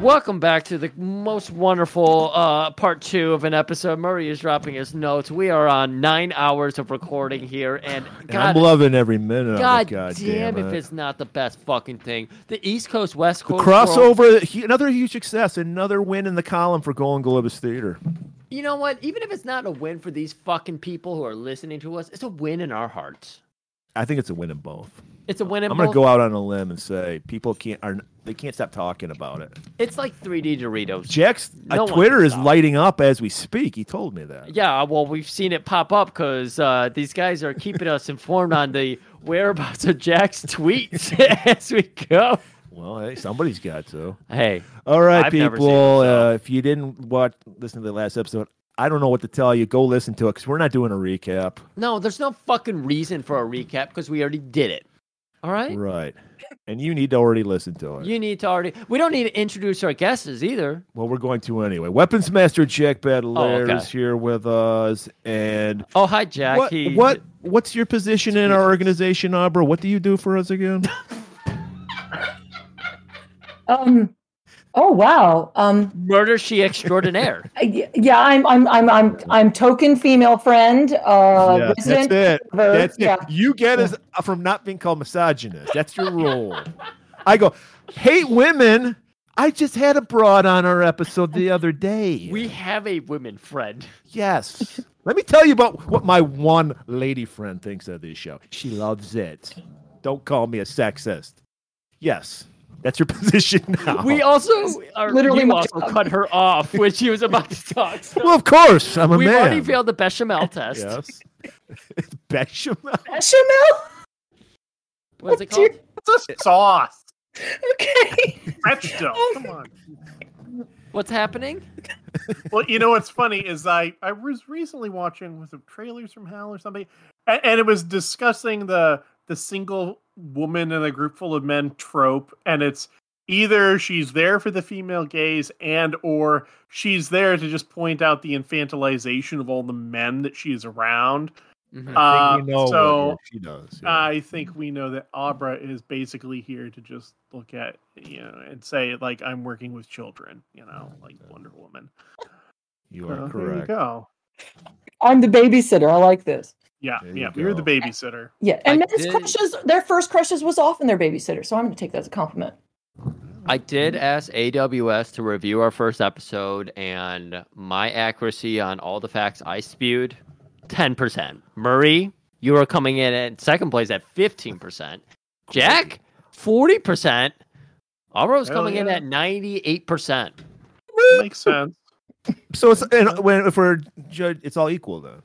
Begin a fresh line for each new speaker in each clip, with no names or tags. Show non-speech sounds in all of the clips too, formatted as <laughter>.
Welcome back to the most wonderful uh, part two of an episode. Murray is dropping his notes. We are on nine hours of recording here, and
And
God,
I'm loving every minute
God,
of it. God
damn,
damn,
if
it.
it's not the best fucking thing. The East Coast, West
the
Coast world-
crossover, hu- another huge success, another win in the column for Golden Globus Theater.
You know what? Even if it's not a win for these fucking people who are listening to us, it's a win in our hearts.
I think it's a win in both.
It's a win in
I'm going to
both-
go out on a limb and say people can't are they can't stop talking about it.
It's like 3D Doritos.
Jack's uh,
No one
Twitter
can
is
stop.
lighting up as we speak. He told me that.
Yeah, well, we've seen it pop up because uh, these guys are keeping us informed on the whereabouts of Jack's tweets <laughs> as we go.
Well, hey, somebody's got to.
Hey,
All right,
I've never seen it,
people.
so-
uh, if you didn't watch listen to the last episode, I don't know what to tell you. Go listen to it because we're not doing a recap.
no, there's no fucking reason for a recap because we already did it. All right?
Right. And you need to already listen to it.
You need to already. We don't need to introduce our guesses either.
Well, we're going to anyway. Weapons Master Jack Badalair
Oh, okay.
is here with us. And
Oh, hi, Jack.
what,
He-
what what's your position in our organization, Abra? What do you do for us again?
Um. Oh wow. Um.
Murder she extraordinaire.
I- Yeah, I'm. I'm. I'm. I'm. I'm token female friend. <laughs> Uh,
Yeah, that's
resident
it.
introvert,
That's
yeah.
it. You get us from not being called misogynist. That's your role. I go, hate women. I just had a broad on our episode the other day.
We have a women friend.
yes. Let me tell you about what my one lady friend thinks of this show. She loves it. Don't call me a sexist. Yes. That's your <laughs> position now.
We also are,
literally
you
my
also
job.
cut her off when she was about to talk. So
well, of course, I'm a
we've
man.
already failed the bechamel test. Uh,
Yes. <laughs> It's
<laughs>
bechamel.
Bechamel.
What's it
Oh, dear.
called?
It's a sauce.
<laughs> Okay.
French dough. Come on.
What's happening?
Well, you know what's funny is I I was recently watching was it trailers from Hell or something, and, and it was discussing the the single woman in a group full of men trope, and it's either she's there for the female gaze and or she's there to just point out the infantilization of all the men that she's around.
Mhm.
I
Uh,
think you know what
so
she does. yeah.
uh,
I think we know that Abra is basically here to just look at you know and say like I'm working with children, you know, like Wonder Woman.
you
oh,
Uh,
are
There you
correct.
go.
I'm the babysitter. I like this.
Yeah,
There you
yeah. You're the
go.
babysitter.
Yeah, and
I
men's
did-
crushes. Their first crushes was often their babysitter, so I'm going to take that as a compliment.
I did ask AWS to review our first episode, and my accuracy on all the facts I spewed, ten percent. Murray, you were coming in at second place at fifteen percent. Jack, forty percent. Aurora's
Hell
coming in
yeah.
at ninety-eight percent.
Makes sense.
So it's and when if we're judged, it's all equal then,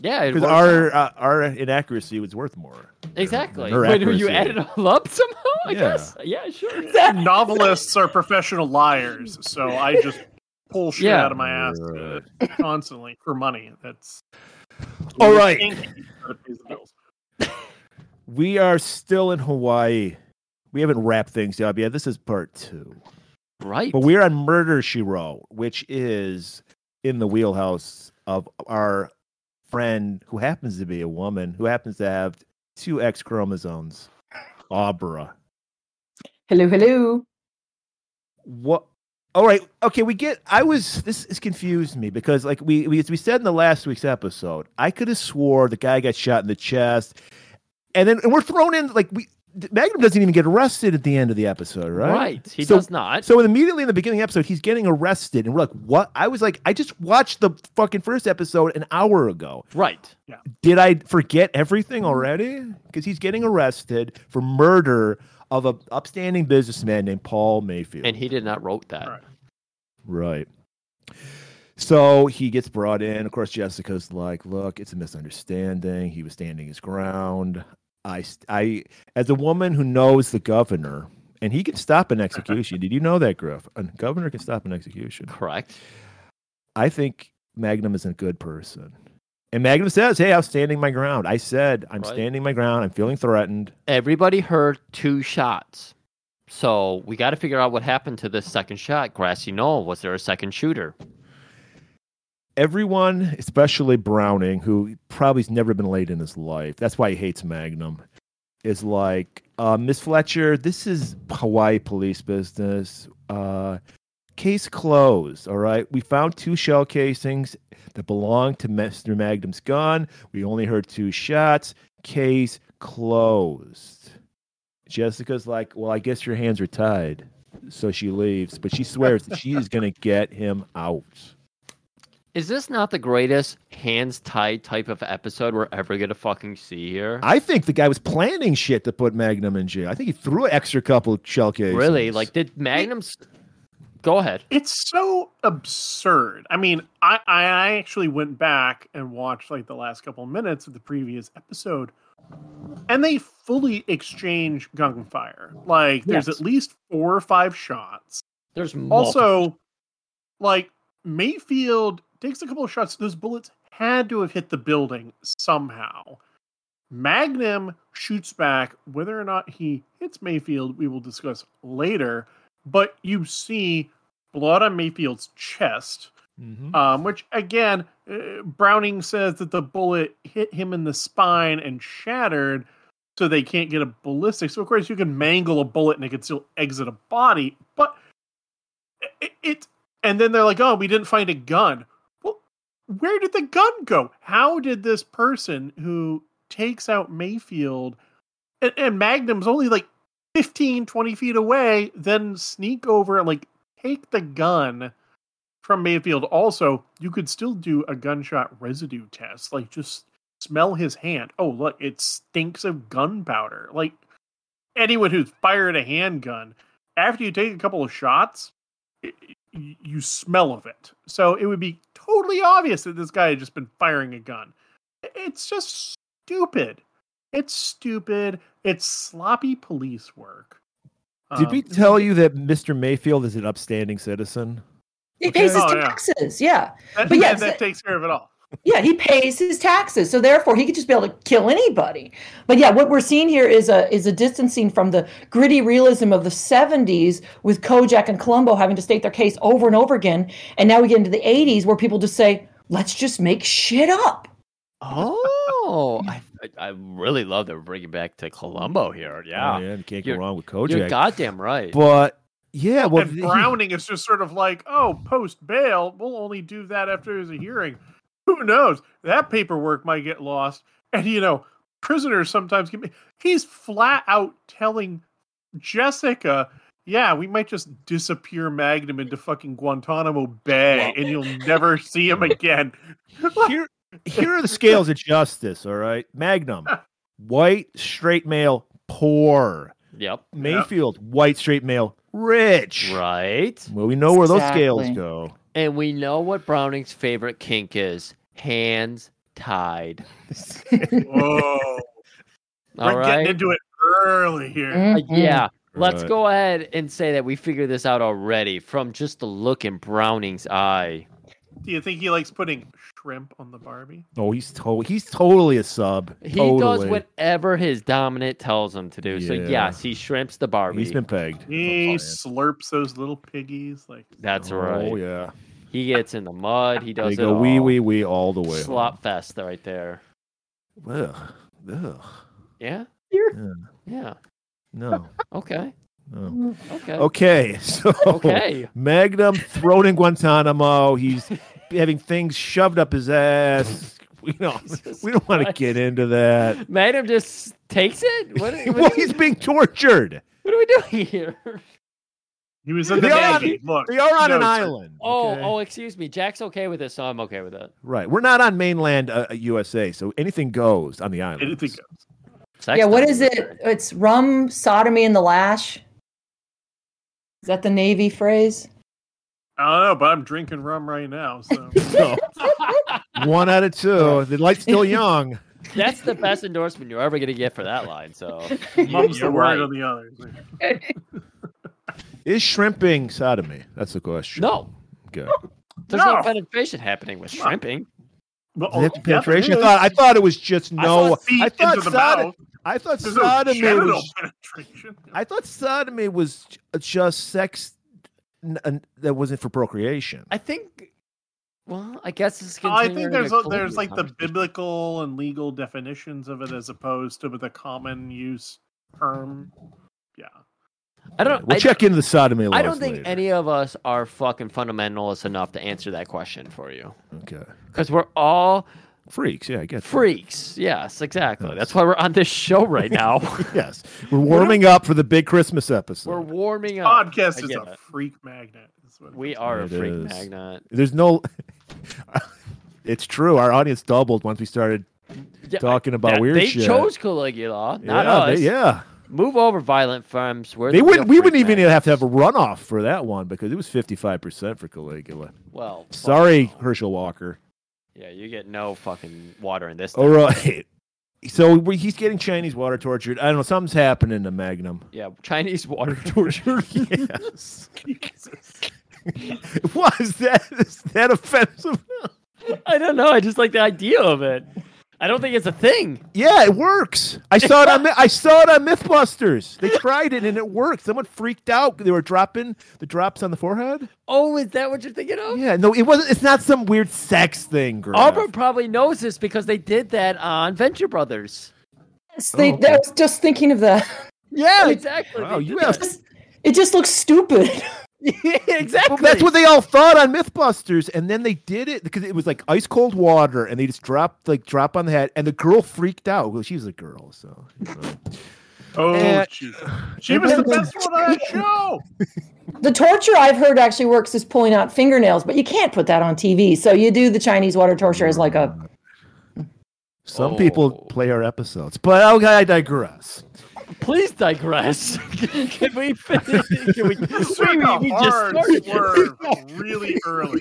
Yeah, it
because
works
our
out.
uh, our inaccuracy was worth more.
exactly.
her
Wait, you
accuracy.
added it all up somehow? I
Yeah.
guess. Yeah, sure.
Novelists are professional liars, so I just pull shit
Yeah.
out of my ass uh, constantly for money. That's
All right.
Stinky, but it pays the bills.
We are still in Hawaii. We haven't wrapped things up yet. This is part two,
Right.
but we're on Murder She Wrote, which is in the wheelhouse of our friend who happens to be a woman who happens to have two X chromosomes, Abra.
Hello, hello.
what all right okay we get i was this is confused me because like we, we as we said in the last week's episode i could have swore the guy got shot in the chest and then and we're thrown in like we magnum doesn't even get arrested at the end of the episode right
He
So-
does not.
so immediately in the beginning of the episode he's getting arrested and we're like what i was like i just watched the fucking first episode an hour ago
right.
did I forget everything already? Because he's getting arrested for murder of a upstanding businessman named Paul Mayfield.
And he did not wrote that.
Right.
right. So he gets brought in. Of course, Jessica's like, "Look, it's a misunderstanding. He was standing his ground. I, st- I, as a woman who knows the governor, and he can stop an execution. Did you know that, Griff? A governor can stop an execution.
Correct.
I think Magnum is a good person. And Magnum says, Hey, I'm standing my ground. I said, I'm
Right.
standing my ground. I'm feeling threatened.
Everybody heard two shots. So we got to figure out what happened to this second shot. Grassy Knoll, was there a second shooter?
Everyone, especially Browning, who probably's never been late in his life, that's why he hates Magnum, is like, uh, Miss Fletcher, this is Hawaii police business. Uh, Case closed. All right. We found two shell casings that belonged to Mr. Magnum's gun. We only heard two shots. Case closed. Jessica's like, Well, I guess your hands are tied. So she leaves, but she swears that she is going to get him out.
Is this not the greatest hands tied type of episode we're ever gonna fucking see here?
I think the guy was planning shit to put Magnum in jail. I think he threw an extra couple shell casings.
really? Like, did Magnum? s- Go ahead.
It's so absurd. I mean, I, I I actually went back and watched like the last couple minutes of the previous episode, and they fully exchange gunfire. Like, there's
Yes.
at least four or five shots.
There's multiple-
Also, like Mayfield takes a couple of shots. Those bullets had to have hit the building somehow. Magnum shoots back. Whether or not he hits Mayfield, we will discuss later. But you see blood on Mayfield's chest,
Mhm.
um, which again, uh, Browning says that the bullet hit him in the spine and shattered, so they can't get a ballistic. So of course, you can mangle a bullet and it can still exit a body, but it, it and then they're like, "Oh, we didn't find a gun." Well, where did the gun go? How did this person who takes out Mayfield and, and Magnum's only like 15, 20 feet away, then sneak over and like take the gun? from Mayfield. Also, you could still do a gunshot residue test. Like, just smell his hand. Oh, look, it stinks of gunpowder. Like, anyone who's fired a handgun, after you take a couple of shots, i y you smell of it. So it would be totally obvious that this guy had just been firing a gun. I- It's just stupid. It's stupid. It's sloppy police work.
Did
Um,
we tell you that Mr. Mayfield is an upstanding citizen?
He pays his
Oh, yeah.
taxes. Yeah.
That,
But yes,
that takes care of it all.
Yeah, he pays his taxes, so therefore he could just be able to kill anybody. But yeah, what we're seeing here is a is a distancing from the gritty realism of the '70s with Kojak and Columbo having to state their case over and over again, and now we get into the '80s where people just say, "Let's just make shit up."
<laughs> Oh, I, I I really love that we're bringing back to Columbo here. Yeah,
Oh, yeah you can't go
You're-
wrong with
you're
Kojak.
goddamn right.
but yeah, well,
and
he- <laughs>
Browning is just sort of like, oh, post bail, we'll only do that after there's a hearing. Who knows? That paperwork might get lost. And you know, prisoners sometimes get. He's flat out telling Jessica, "Yeah, we might just disappear Magnum into fucking Guantanamo Bay, and you'll never see
<laughs>
him again."
here, here are the scales of justice. All right, Magnum, white straight male, poor.
yep.
Mayfield, white straight male, rich.
Right.
Well, we know where those
Exactly.
scales go.
And we know what Browning's favorite kink is: hands tied.
Whoa,
All
we're
right?
getting into it early here.
Mm.
Uh,
Mm-hmm.
Yeah. Let's
Right.
go ahead and say that we figured this out already from just the look in Browning's eye.
Do you think he likes putting shrimp on the Barbie?
Oh, he's to- he's totally a sub.
He
totally.
does whatever his dominant tells him to do. So
Yeah.
yes, he shrimps the Barbie.
He's been pegged.
He
That's
slurps those little piggies like
That's
all
right.
Oh yeah.
He gets in the mud. He does
They
it
go
all.
wee wee wee all the way.
slop fest right there.
home. Ugh. Ugh.
Yeah.
Yeah.
Yeah.
No.
Okay.
no.
<laughs> Okay.
Oh, <laughs> Okay. So
Okay.
Magnum thrown in
<laughs>
Guantanamo. He's having things shoved up his ass. We don't.
Jesus
We don't want to
Christ.
get into that.
Madam just takes
<laughs>
it. <laughs> What, what,
well,
are we-
he's being tortured.
what are we doing
<laughs>
here?
He was in the
They are on-
Navy. Look,
They are on an
no,
island.
Oh,
okay?
oh, excuse me. Jack's okay with this, so I'm okay with it.
right. We're not on mainland uh, USA, so anything goes on the island.
Anything goes.
Sex
yeah. What
time.
is it? It's rum, sodomy, and the lash. Is that the Navy phrase?
I don't know, but I'm drinking rum right now. So
So,
<laughs>
one out of two. The light's still young.
That's <laughs> the best endorsement you're ever gonna get for that line. <laughs> So
mum's the
you're
word
right.
on the others.
Is shrimping sodomy? That's the question.
no,
Okay.
there's no,
No.
penetration happening with shrimping.
But
Is it
oh,
penetration? I
yeah,
thought I thought it was just
there
no.
is. Feet
I thought,
into the
sod-
mouth.
I thought
There's no
sodomy
genital
was.
penetration.
I thought sodomy was j- just sex n- n- that wasn't for procreation.
I think. Well, I guess it's.
Oh, I
continuing
think there's
a
a, there's like the
colloquial
biblical and legal definitions of it as opposed to the common use term. Yeah.
I don't.
We'll
I,
check into the sodomy laws
I don't think
later.
any of us are fucking fundamentalists enough to answer that question for you,
Okay.
because we're all
Freaks. Yeah, I get that.
freaks. Yes, exactly. That's why we're on this show right
<laughs>
now.
<laughs> Yes. We're warming up for the big Christmas
<laughs>
episode.
we're warming up.
Podcast
I
is
get
a
it.
freak magnet. is what it
We
is.
are a
It
freak
is.
magnet.
There's no. <laughs> it's true. Our audience doubled once we started
Yeah,
talking about
that-
weird
they
shit.
chose Caligula, not
yeah,
us.
They, yeah.
Move over, violent firms. We're
They
the real
wouldn't. We
freak
wouldn't even
magnets.
have to have a runoff for that one because it was 55 percent for Caligula.
Well, fuck
Sorry,
no.
Herschel Walker.
Yeah, you get no fucking water in this.
All
thing.
right. So we, he's getting Chinese water tortured. I don't know. Something's happening to Magnum.
Yeah, Chinese <laughs> water torture.
yes.
Jesus.
Was that is that offensive?
I don't know. I just like the idea of it. I don't think it's a thing.
Yeah, it works. I saw it on Mi- I saw it on MythBusters. They tried it and it worked. Someone freaked out. They were dropping the drops on the forehead.
Oh, is that what you're thinking of?
Yeah, no, it wasn't. It's not some weird sex thing, girl.
Auburn probably knows this because they did that on Venture Brothers.
Yes, they,
Oh, okay.
I was just thinking of that.
Yeah, exactly.
Wow,
they
you
did
have-
that.
<laughs> Just- It just looks stupid.
yeah, <laughs> exactly.
Well, that's what they all thought on MythBusters, and then they did it because it was like ice cold water, and they just dropped like drop on the head, and the girl freaked out. Well, she was a girl, so you know.
Oh,
And-
Jesus. She was the best one on that show.
The torture I've heard actually works is pulling out fingernails, but you can't put that on TV. So you do the Chinese water torture as like a
some
Oh.
people play our episodes. But okay, I digress. <laughs>
Please digress. <laughs> Can we finish? Can we? we,
Took a
we- we
hard
started.
swerve really early.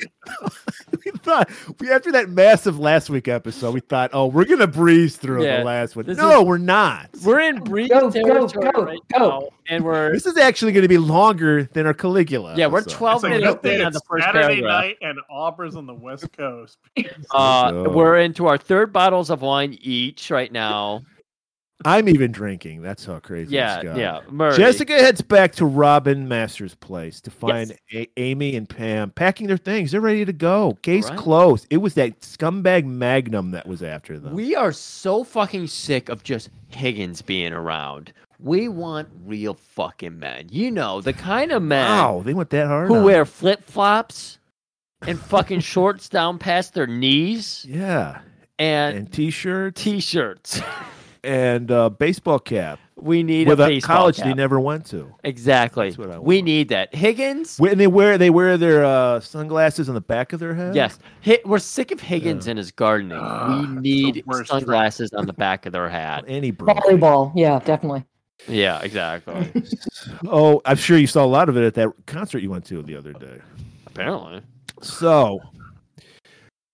we thought we after that massive last week episode, we thought, oh, we're gonna breeze through
Yeah,
the last one.
this
No, we're not.
We're in brief
Go, go,
territory
go,
right
go.
now, and we're
this is actually gonna be longer than our Caligula.
yeah, we're
episode.
twelve
It's a
minutes
good thing
in on
it's
the first
Saturday
paragraph.
night and Auburn's on the West Coast.
Uh,
So-
We're into our third bottles of wine each right now.
I'm even drinking. That's how crazy.
Yeah,
it's got.
yeah. Murray.
Jessica heads back to Robin Masters' place to find
Yes.
a- Amy and Pam packing their things. They're ready to go. Case
Right.
closed. It was that scumbag Magnum that was after them.
We are so fucking sick of just Higgins being around. We want real fucking men. You know, the kind of men
wow, they went that hard.
who
on it.
wear flip flops and fucking <laughs> shorts down past their knees
yeah,
and,
and t-shirts
t shirts.
and uh, baseball cap
<laughs> We need
with
a
a
baseball
college
cap.
they never went to.
Exactly.
That's what I
We
want.
need that. Higgins?
When they wear they wear their uh, sunglasses on the back of their head.
Yes. Hi we're sick of Higgins and his gardening.
Ugh,
we
that's
need
the worst trap.
sunglasses on the back of
<laughs>
their hat.
Any bro.
volleyball. Yeah, definitely.
Yeah,
<laughs>
exactly.
<laughs> Oh, I'm sure you saw a lot of it at that concert you went to the other day.
Apparently.
So,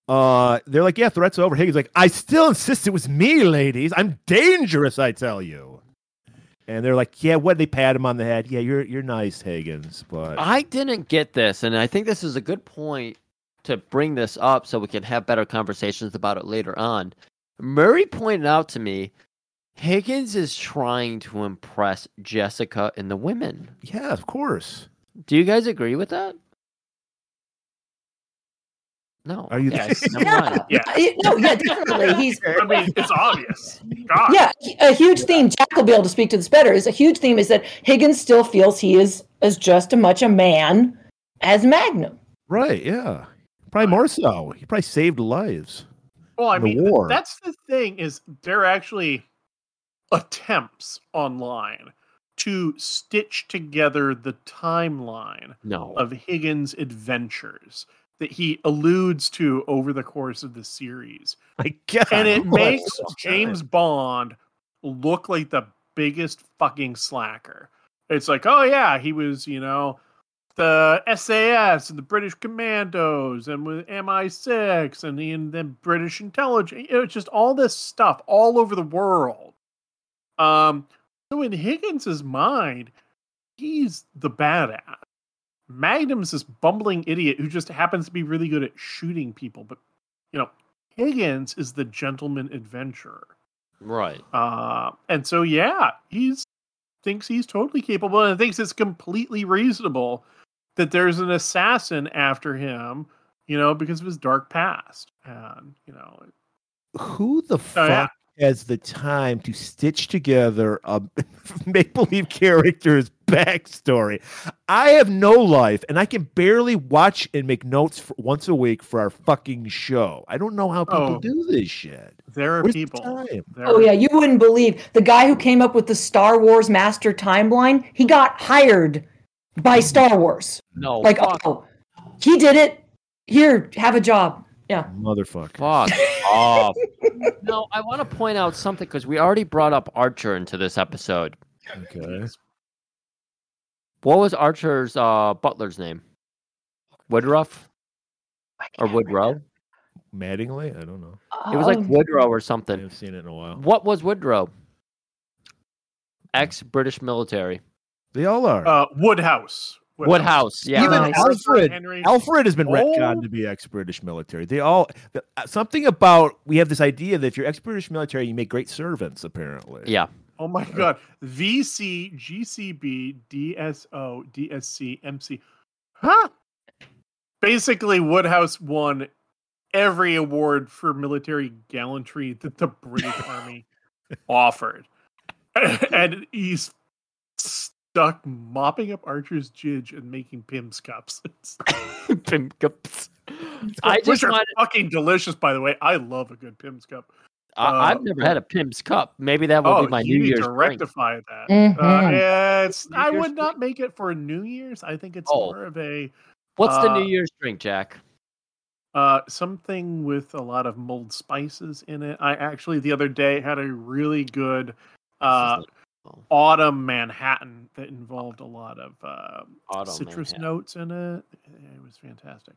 uh, they're like, yeah, threats over. Higgins like, I still insist it was me, ladies. I'm dangerous, I tell you. And they're like, yeah, what? They pat him on the head. Yeah, you're you're nice, Higgins, but
I didn't get this, and I think this is a good point to bring this up so we can have better conversations about it later on. Murray pointed out to me Higgins is trying to impress Jessica and the women.
yeah, of course.
Do you guys agree with that? No.
Are you-
Okay, never
Yeah,
mind.
<laughs> Yeah.
I- no, yeah, definitely. He's
I mean, it's obvious. God.
yeah, a huge theme. Jack will be able to speak to this better. Is a huge theme is that Higgins still feels he is as just as much a man as Magnum.
Right? Yeah, probably more so. He probably saved lives. <laughs>
Well, I
the
mean, th-
war.
that's the thing is there are actually attempts online to stitch together the timeline
No.
of Higgins' adventures that he alludes to over the course of the series.
My God,
<laughs> And it
who would have
makes
thought?
James Bond look like the biggest fucking slacker. It's like, oh yeah, he was, you know, the SAS and the British Commandos and with MI6 and the and then British intelligence. You know, it's just all this stuff all over the world. Um, so in Higgins's mind, he's the badass. Magnum's this bumbling idiot who just happens to be really good at shooting people, but you know, Higgins is the gentleman adventurer.
Right.
Uh, and so, yeah, he's thinks he's totally capable and thinks it's completely reasonable that there's an assassin after him, you know, because of his dark past. And, you know,
Who the
Oh, yeah.
fuck has the time to stitch together a <laughs> make believe character's backstory. I have no life, and I can barely watch and make notes for once a week for our fucking show. I don't know how people
Oh.
do this shit.
There are
Where's the
people.
time?
There
Oh
are-
yeah, you wouldn't believe the guy who came up with the Star Wars master timeline. He got hired by Star Wars.
No,
like,
fuck,
oh, he did it. Here, have a job. Yeah.
Motherfucker.
fuck off. No, I want to point out something because we already brought up Archer into this episode.
Okay.
What was Archer's uh, butler's name? Woodruff or Woodrow?
Mattingly? I don't know.
It was like
Um,
Woodrow or
I
something.
haven't seen it in a while.
What was Woodrow? Ex British military.
They all are.
Uh, Woodhouse.
Woodhouse. Yeah.
<laughs>
Even
Nice.
Alfred.
Henry.
Alfred has been retconned
Oh.
to be ex-British military. They all the, uh, something about we have this idea that if you're ex-British military, you make great servants. Apparently,
yeah.
Oh my god. VC, GCB, DSO, DSC, MC. Huh? Basically, Woodhouse won every award for military gallantry that
<laughs>
the British Army offered. <laughs> And he's stuck mopping up Archer's jidge and making Pim's cups. <laughs>
Pimp cups. I just
Which are
want.
fucking delicious, by the way. I love a good Pim's cup.
I- I've
uh,
never had a pimp's cup. Maybe that will
Oh,
be my
you
New
need
Year's
to
drink.
rectify that. Uh,
mhm.
yeah, it's.
New
I
Year's
would not make it for New Year's. I think it's
Oh.
more of a
What's the
uh,
New Year's drink, Jack?
uh, something with a lot of mulled spices in it. I actually the other day had a really good
This is
uh,
like oh,
autumn Manhattan that involved a lot of um
autumn,
citrus
Manhattan.
notes in it. It was fantastic.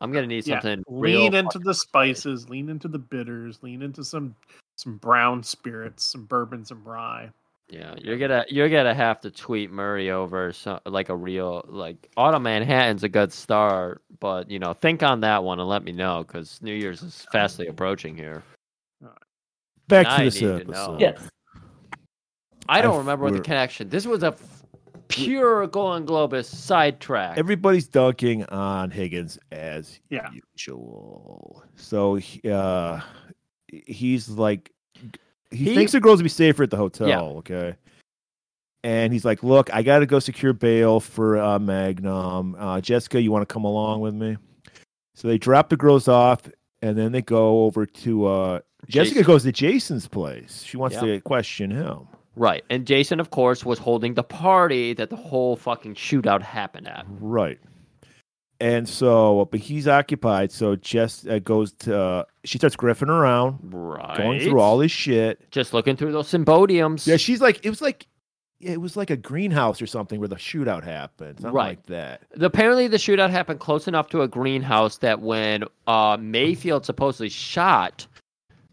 I'm gonna need
Yeah,
something real.
lean into
fucking
the
spicy.
spices. Lean into the bitters. Lean into some some brown spirits, some bourbon, some rye.
Yeah, you're gonna you're gonna have to tweet Murray over so, like a real like Autumn Manhattan's a good start, but you know think on that one and let me know because New Year's is fastly approaching here.
Back
I
to this
need to know.
episode.
Yes.
I don't
I've-
remember what the
we're-
connection. This was a f- pure Golden Globus sidetrack.
Everybody's dunking on Higgins as
Yeah.
usual. So he- uh, he's like, he,
He-
thinks the girls will be safer at the hotel.
Yeah.
Okay. And he's like, look, I got to go secure bail for uh, Magnum. Uh, Jessica, you want to come along with me? So they drop the girls off and then they go over to uh, Jessica
Jason-
goes to Jason's place. She wants
Yeah.
to question him.
right, and Jason, of course, was holding the party that the whole fucking shootout happened at.
Right. And so, but he's occupied. So Jess uh, goes to, uh, she starts griffing around,
Right,
going through all his shit.
just looking through those symbodiums.
Yeah, she's like, it was like, it was like a greenhouse or something where the shootout happened, something
Right.
like that.
apparently the shootout happened close enough to a greenhouse that when uh, Mayfield supposedly shot,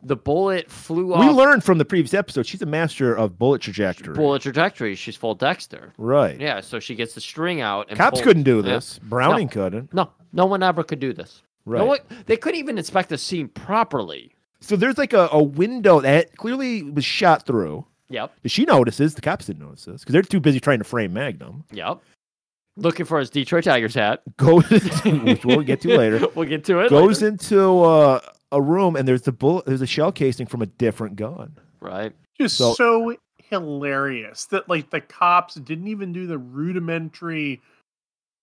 the bullet flew
we
off
learned from the previous episode she's a master of bullet trajectory.
bullet trajectory. She's full Dexter.
Right.
Yeah, so she gets the string out. And
Cops
pulls-
couldn't do
Yeah.
this. Browning couldn't.
No, no one ever could do this.
Right.
No one, they couldn't even inspect the scene properly.
so there's like a, a window that clearly was shot through.
Yep,
She notices. The cops didn't notice this because they're too busy trying to frame Magnum.
yep. Looking for his Detroit Tigers hat.
Goes, <laughs> which we'll
<laughs>
get to later.
we'll get to it.
goes
later.
into uh, a room and there's the bullet there's a shell casing from a different gun
Right.
just
So-
so, hilarious that like the cops didn't even do the rudimentary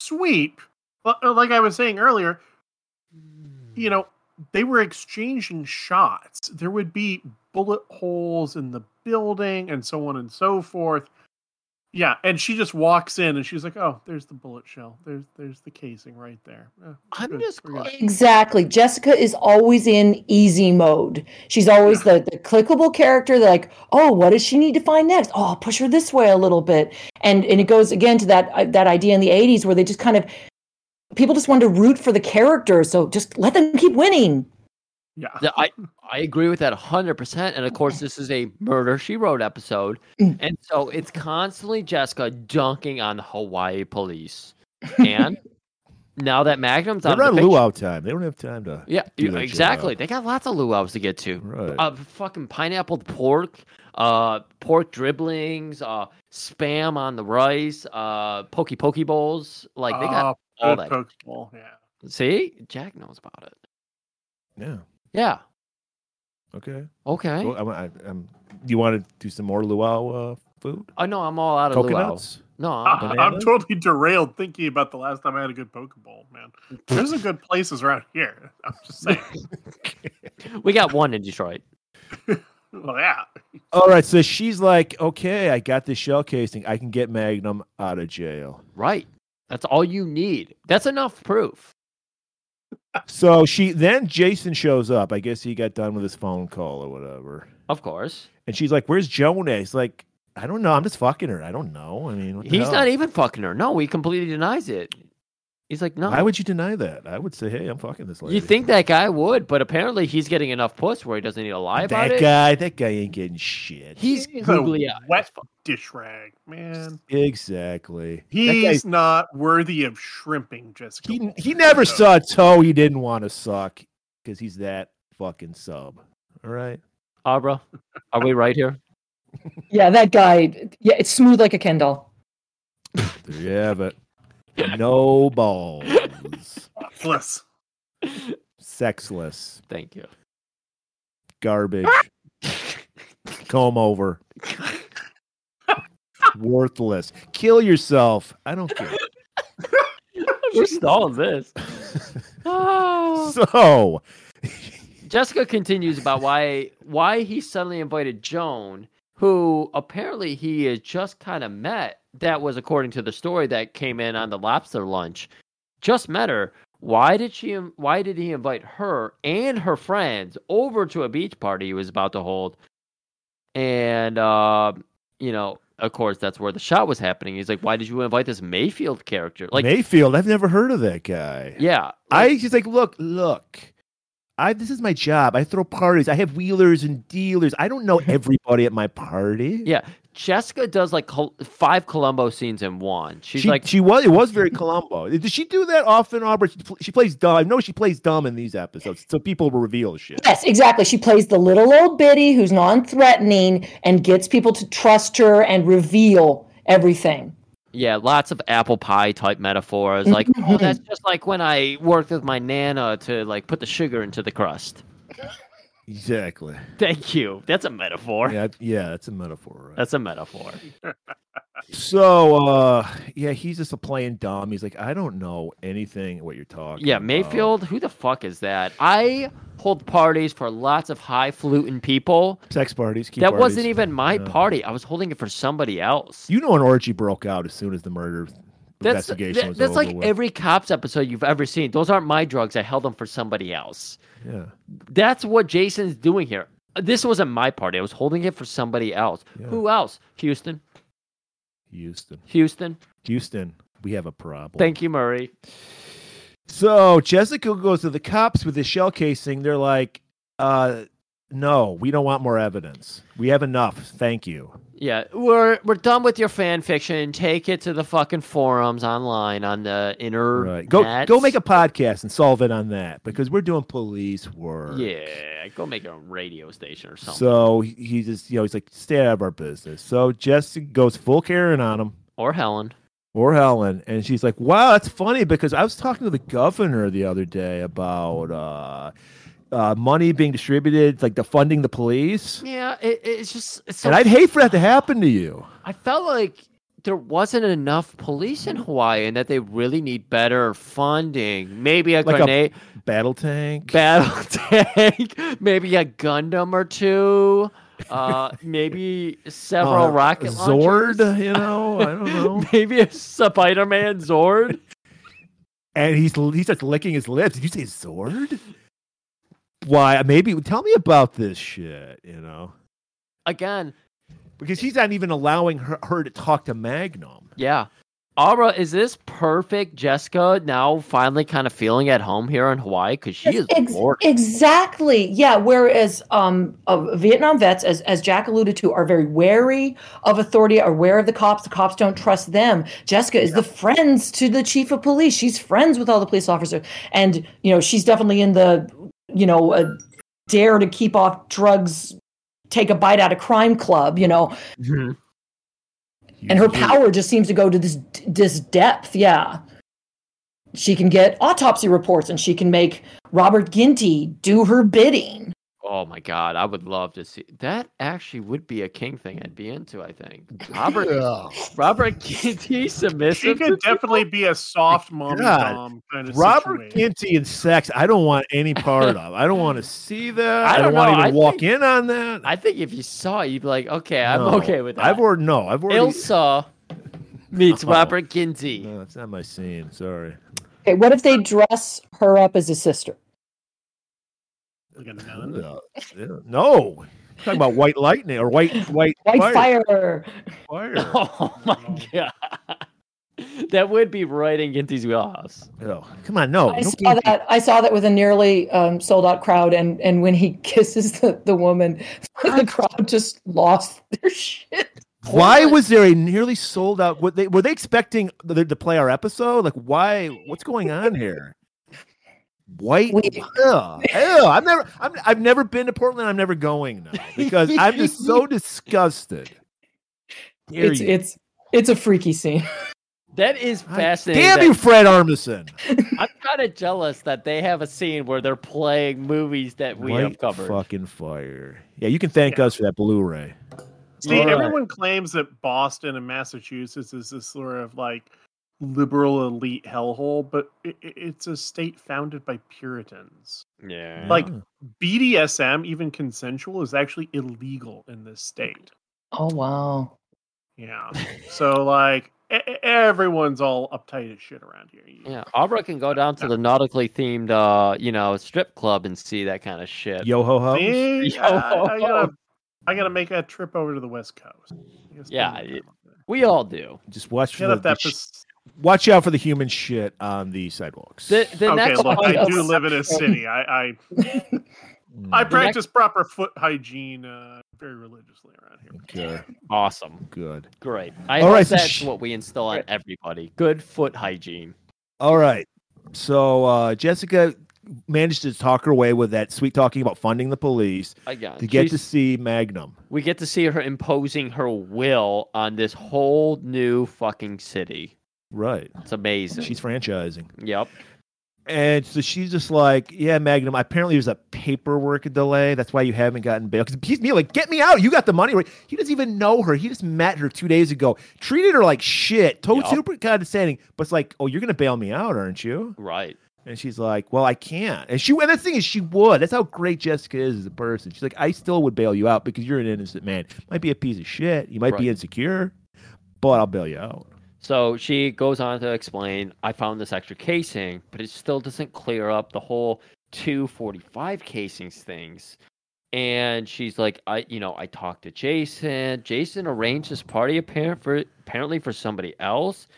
sweep Li- uh, like i was saying earlier you
Hmm.
know they were exchanging shots there would be bullet holes in the building and so on and so forth yeah and she just walks in and she's like oh there's the bullet shell there's there's the casing right there Eh,
I'm
good,
just
we're good."
Exactly. Jessica is always in easy mode. She's always the, the clickable character, like, oh, what does she need to find next? Oh, I'll push her this way a little bit. And and it goes again to that uh, that idea in the 80s where they just kind of people just wanted to root for the character, so just let them keep winning.
yeah
The- I I agree with that 100%. And of course, this is a Murder She Wrote episode.
Mm.
And so it's constantly Jessica dunking on the Hawaii police. And now that Magnum's out
they're
of
on
the picture,
luau time they don't have time to
yeah,
do
you-
that shit
exactly. They got lots of luau's to get to.
right
Uh, fucking pineapple pork, uh, pork dribblings, uh, spam on the rice, uh, pokey pokey bowls. Like they
Ah,
got
Oh,
all that.
good Pokeball, yeah
see, Jack knows about it.
yeah
Yeah,
Okay.
Okay.
Well, I'm, I, I'm, you want to do some more luau uh, food?
I know Oh, I'm all out of luau.
Coconuts? Ah,
No, I'm-
I,
banana?
Uh, I'm totally derailed thinking about the last time I had a good poke bowl, man. There's some good places around here. <laughs> I'm just saying.
we got one in Detroit.
well, yeah.
<laughs> All right. So she's like, okay, I got this shell casing. I can get Magnum out of
<laughs>
jail.
Right. That's all you need. That's enough proof.
So she then Jason shows up. I guess he got done with his phone call or whatever.
Of course.
And she's like, "Where's Jonah?" He's like, "I don't know. I'm just fucking her. I don't know. I mean, what the
He's
hell?
not even fucking her. No, he completely denies it. He's like, no.
Why would you deny that? I would say, hey, I'm fucking this lady.
you think that guy would, but apparently he's getting enough puss where he doesn't need to lie
that
about it.
guy? That guy ain't getting shit.
He's
He's a
googly eyed.
wet dish rag, man.
exactly.
He's not worthy of shrimping, Jessica.
He
Wolf.
he never
No.
saw a toe he didn't want to suck because he's that fucking sub. All right.
Abra, are we right here?
Yeah, that guy. Yeah, it's smooth like a Ken doll.
There you have it. No balls.
Plus,
Sexless.
Thank <laughs> you.
Garbage. Comb over. Worthless. Kill yourself. I
<laughs>
don't care.
We're stalling this. <laughs> Ah.
So
Jessica continues about why why he suddenly invited Joan, who apparently he has just kind of met. That was according to the story that came in on the lobster lunch. Just met her. Why did she? Why did he invite her and her friends over to a beach party he was about to hold? And uh, you know, of course, that's where the shot was happening. He's like, "Why did you invite this Mayfield character?" Like,
Mayfield, I've never heard of that guy.
yeah,
I he's like, look, look. I this is my job. I throw parties. I have wheelers and dealers.
<laughs>
I don't know everybody at my party.
Yeah, Jessica does like col- five Columbo scenes in one. She's
she,
like,
she was it
<laughs>
was very Columbo. Did she do that often, Aubrey? She, pl- she plays dumb. I know she plays dumb in these episodes, so people will reveal shit.
Yes, exactly. She plays the little old biddy who's non-threatening and gets people to trust her and reveal everything.
yeah, lots of apple pie type metaphors. Like,
Mm-hmm.
oh, that's just like when I worked with my nana to like put the sugar into the crust.
Exactly.
Thank you. That's a metaphor.
Yeah, yeah, that's a metaphor. Right?
That's a metaphor.
So, uh, yeah, he's just a playing dumb. He's like, I don't know anything what you're talking.
Yeah,
about."
Mayfield. Who the fuck is that? I hold parties for lots of highfalutin people.
sex parties. Keep
that wasn't
parties.
even my
No.
party. I was holding it for somebody else.
You know, an orgy broke out as soon as the murder
That's
investigation
that-
was
that's
over
like
with.
every cops episode you've ever seen. Those aren't my drugs. I held them for somebody else.
yeah.
That's what Jason's doing here. This wasn't my party. I was holding it for somebody else.
Yeah.
Who else? Houston.
Houston.
Houston.
Houston, we have a problem.
Thank you, Murray.
So Jessica goes to the cops with the shell casing. They're like, uh, no, we don't want more evidence. We have enough. Thank you.
Yeah, we're we're done with your fan fiction. Take it to the fucking forums online on the inner.
Right. Go go make a podcast and solve it on that because we're doing police work.
Yeah, go make a radio station or something.
So he- he just, you know, he's like, stay out of our business. So Jessica goes full Karen on him.
or Helen.
or Helen, and she's like, "Wow, that's funny because I was talking to the governor the other day about uh, uh, money being distributed, like the funding the police,
Yeah, it, it's just it's so
and I'd hate for that to happen to you."
I felt like there wasn't enough police in Hawaii, and that they really need better funding. Maybe a
Like a-
grenade
Battle
<laughs>
tank.
battle tank, maybe a Gundam or two, uh, maybe several
uh,
rocket
Zord,
launchers. <laughs>
you know, I don't know.
maybe a Spider-Man Zord.
and he's he starts licking his lips. Did you say Zord? Why? Maybe tell me about this shit. You know,
Again,
because he's not even allowing her, her to talk to Magnum.
yeah. Aura, is this perfect Jessica now finally kind of feeling at home here in Hawaii? Because she is
Ex-
bored.
exactly. Yeah. Whereas um, uh, Vietnam vets, as, as Jack alluded to, are very wary of authority, are aware of the cops. The cops don't trust them. Jessica is the friends to the chief of police. She's friends with all the police officers. And, you know, she's definitely in the, you know, uh dare to keep off drugs, take a bite out of crime club, you know. and her power just seems to go to this this depth yeah she can get autopsy reports and she can make robert ginty do her bidding
<laughs> Oh my god, I would love to see that. Actually, would be a King thing I'd be into. I think Robert Robert Ginty
She
submissive.
could
to people?
definitely be a soft mom and
Oh God.
dom kind of
Robert
situation.
Ginty and sex, I don't want any part of. I don't want
<laughs>
to see that.
I
I
don't
don't, want to
know.
even
I
walk
think-
in on that.
I think if you saw, it, you'd be like, okay, I'm
No.
okay with that.
I've already no. I've already.
Ilsa meets
No.
Robert Ginty.
No, it's not my scene. Sorry.
Okay, what if they dress her up as a sister?
Like a nun.
No, no. talking about white lightning or white white
White
fire.
fire.
fire.
<laughs>
<laughs>
Oh my god, that would be right in Ginty's wheelhouse.
No, Oh, come on, no.
I
no
saw
Ginty.
that. I saw that with a nearly um, sold out crowd, and and when he <laughs> kisses the, the woman, <laughs> the crowd just lost their <laughs> shit.
Why was there a nearly sold out? Were they, were they expecting the, to play our episode? Like, why? What's going on here? White.
We-
Ew, ew, I've never. I'm, I've never been to Portland. I'm never going now because I'm just <laughs> so disgusted. Dare
It's
you.
it's it's a freaky scene.
That is
I-
fascinating.
Damn
that-
you, Fred Armisen.
<laughs> I'm kind of jealous that they have a scene where they're playing movies that we have
White
covered.
fucking fire. Yeah, you can thank
Yeah.
us for that Blu-ray.
See,
All right.
everyone claims that Boston and Massachusetts is this sort of like liberal elite hellhole, but it, it's a state founded by Puritans.
Yeah.
Like- BDSM, even consensual, is actually illegal in
Mm.
this state.
Oh wow.
Yeah. So like e- e- everyone's all uptight as shit around here.
yeah, Abra can go down to the nautically themed, uh, you know, strip club and see that kind of shit.
yo ho ho.
See,
Yo.
I, I gotta, I gotta make a trip over to the West Coast. I gotta spend
Yeah,
my time
it-
up there.
We all do.
Just watch for
Hit
the,
up that.
the sh-
pers-
watch out for the human shit on the sidewalks.
The, the
okay,
next
look,
one
I
is-
do live in a
<laughs>
city. I I,
Mm,
I
The next-
practice proper foot hygiene uh, very religiously around here.
okay,
awesome.
good.
Great. I
All
hope
right, so
that's
sh-
what we install on everybody. Good foot hygiene.
All right. So uh, Jessica managed to talk her way with that sweet talking about funding the police
Again,
to get to
she's-
see Magnum.
we get to see her imposing her will on this whole new fucking city.
Right.
It's amazing.
She's franchising.
yep.
And so she's just like, yeah, Magnum, apparently there's a paperwork delay. That's why you haven't gotten bail. Because he's me like, get me out. You got the money. right?" He doesn't even know her. He just met her two days ago, treated her like shit, told
Yup.
super condescending, but it's like, oh, you're going to bail me out, aren't you?
Right.
And she's like, well, I can't. And she, and the thing is, she would. That's how great Jessica is as a person. She's like, I still would bail you out because you're an innocent man. Might be a piece of shit. You might
Right.
be insecure, but I'll bail you out.
So she goes on to explain, I found this extra casing, but it still doesn't clear up the whole 245 casings things. And she's like, I, you know, I talked to Jason. Jason arranged this party apparent for, apparently for somebody else,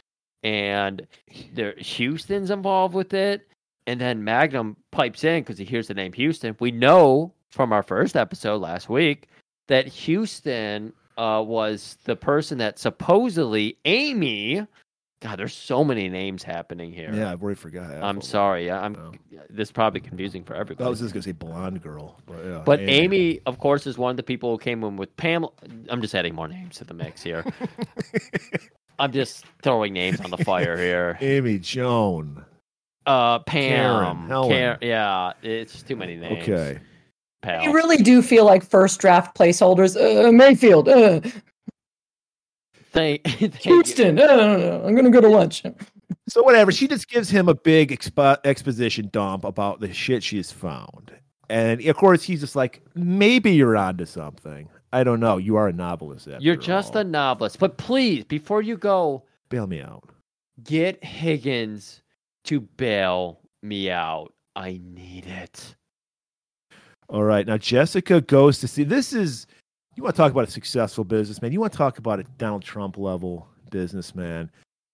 and there Houston's involved with it. And then Magnum pipes in because he hears the name Houston. We know from our first episode last week that Houston uh, was the person that supposedly Amy. God, there's so many names happening here.
Yeah, I've already forgot. half
I'm
of it.
sorry. I- I'm
Oh.
this is probably confusing for everybody.
I was just gonna say blonde girl, but yeah,
but Amy. of course, is one of the people who came in with Pamela. I'm just adding more names to the mix
<laughs>
here. I'm just throwing names on the fire
<laughs>
here.
Amy Joan.
Uh, Pam,
Karen, Helen.
Karen- yeah, it's too many names.
Okay,
They
pal.
really do feel like first draft placeholders. Uh, Mayfield, uh,
<laughs> Thank- <laughs> thank you.
Houston. Uh, I'm gonna go to lunch.
so whatever. She just gives him a big expo- exposition dump about the shit she's found, and of course he's just like, maybe you're onto something. I don't know. You are a novelist. After
You're just
all.
a novelist, but please, before you go,
bail me out.
get Higgins to bail me out. I need it.
All right, now Jessica goes to see. This is you want to talk about a successful businessman. You want to talk about a Donald Trump level businessman.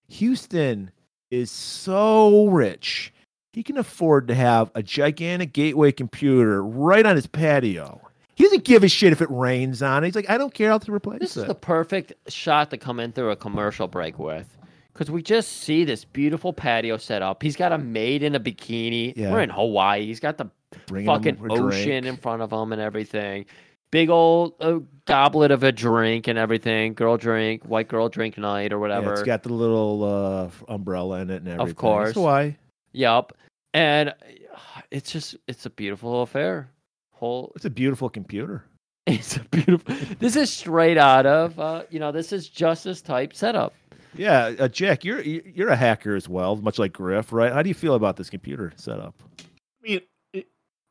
Houston is so rich. He can afford to have a gigantic gateway computer right on his patio. He doesn't give a shit if it rains on it. He's like, I don't care. I'll have to replace
This
it.
is the perfect shot to come in through a commercial break with. Because we just see this beautiful patio set up. He's got a maid in a bikini.
Yeah.
We're in Hawaii. He's got the
Bring him
fucking
a drink.
ocean in front of him and everything. Big old uh, goblet of a drink and everything. Girl drink, white girl drink night or
Yeah,
whatever.
it's got the little uh, f- umbrella in it and everything.
course.
That's why.
Yep. And uh, it's just it's a beautiful affair. whole <laughs>
It's a beautiful computer.
it's a beautiful this is straight out of uh, you know this is justice type setup
Yeah, uh, Jack, you're you're a hacker as well, much like Griff, right? How do you feel about this computer setup?
I mean, it,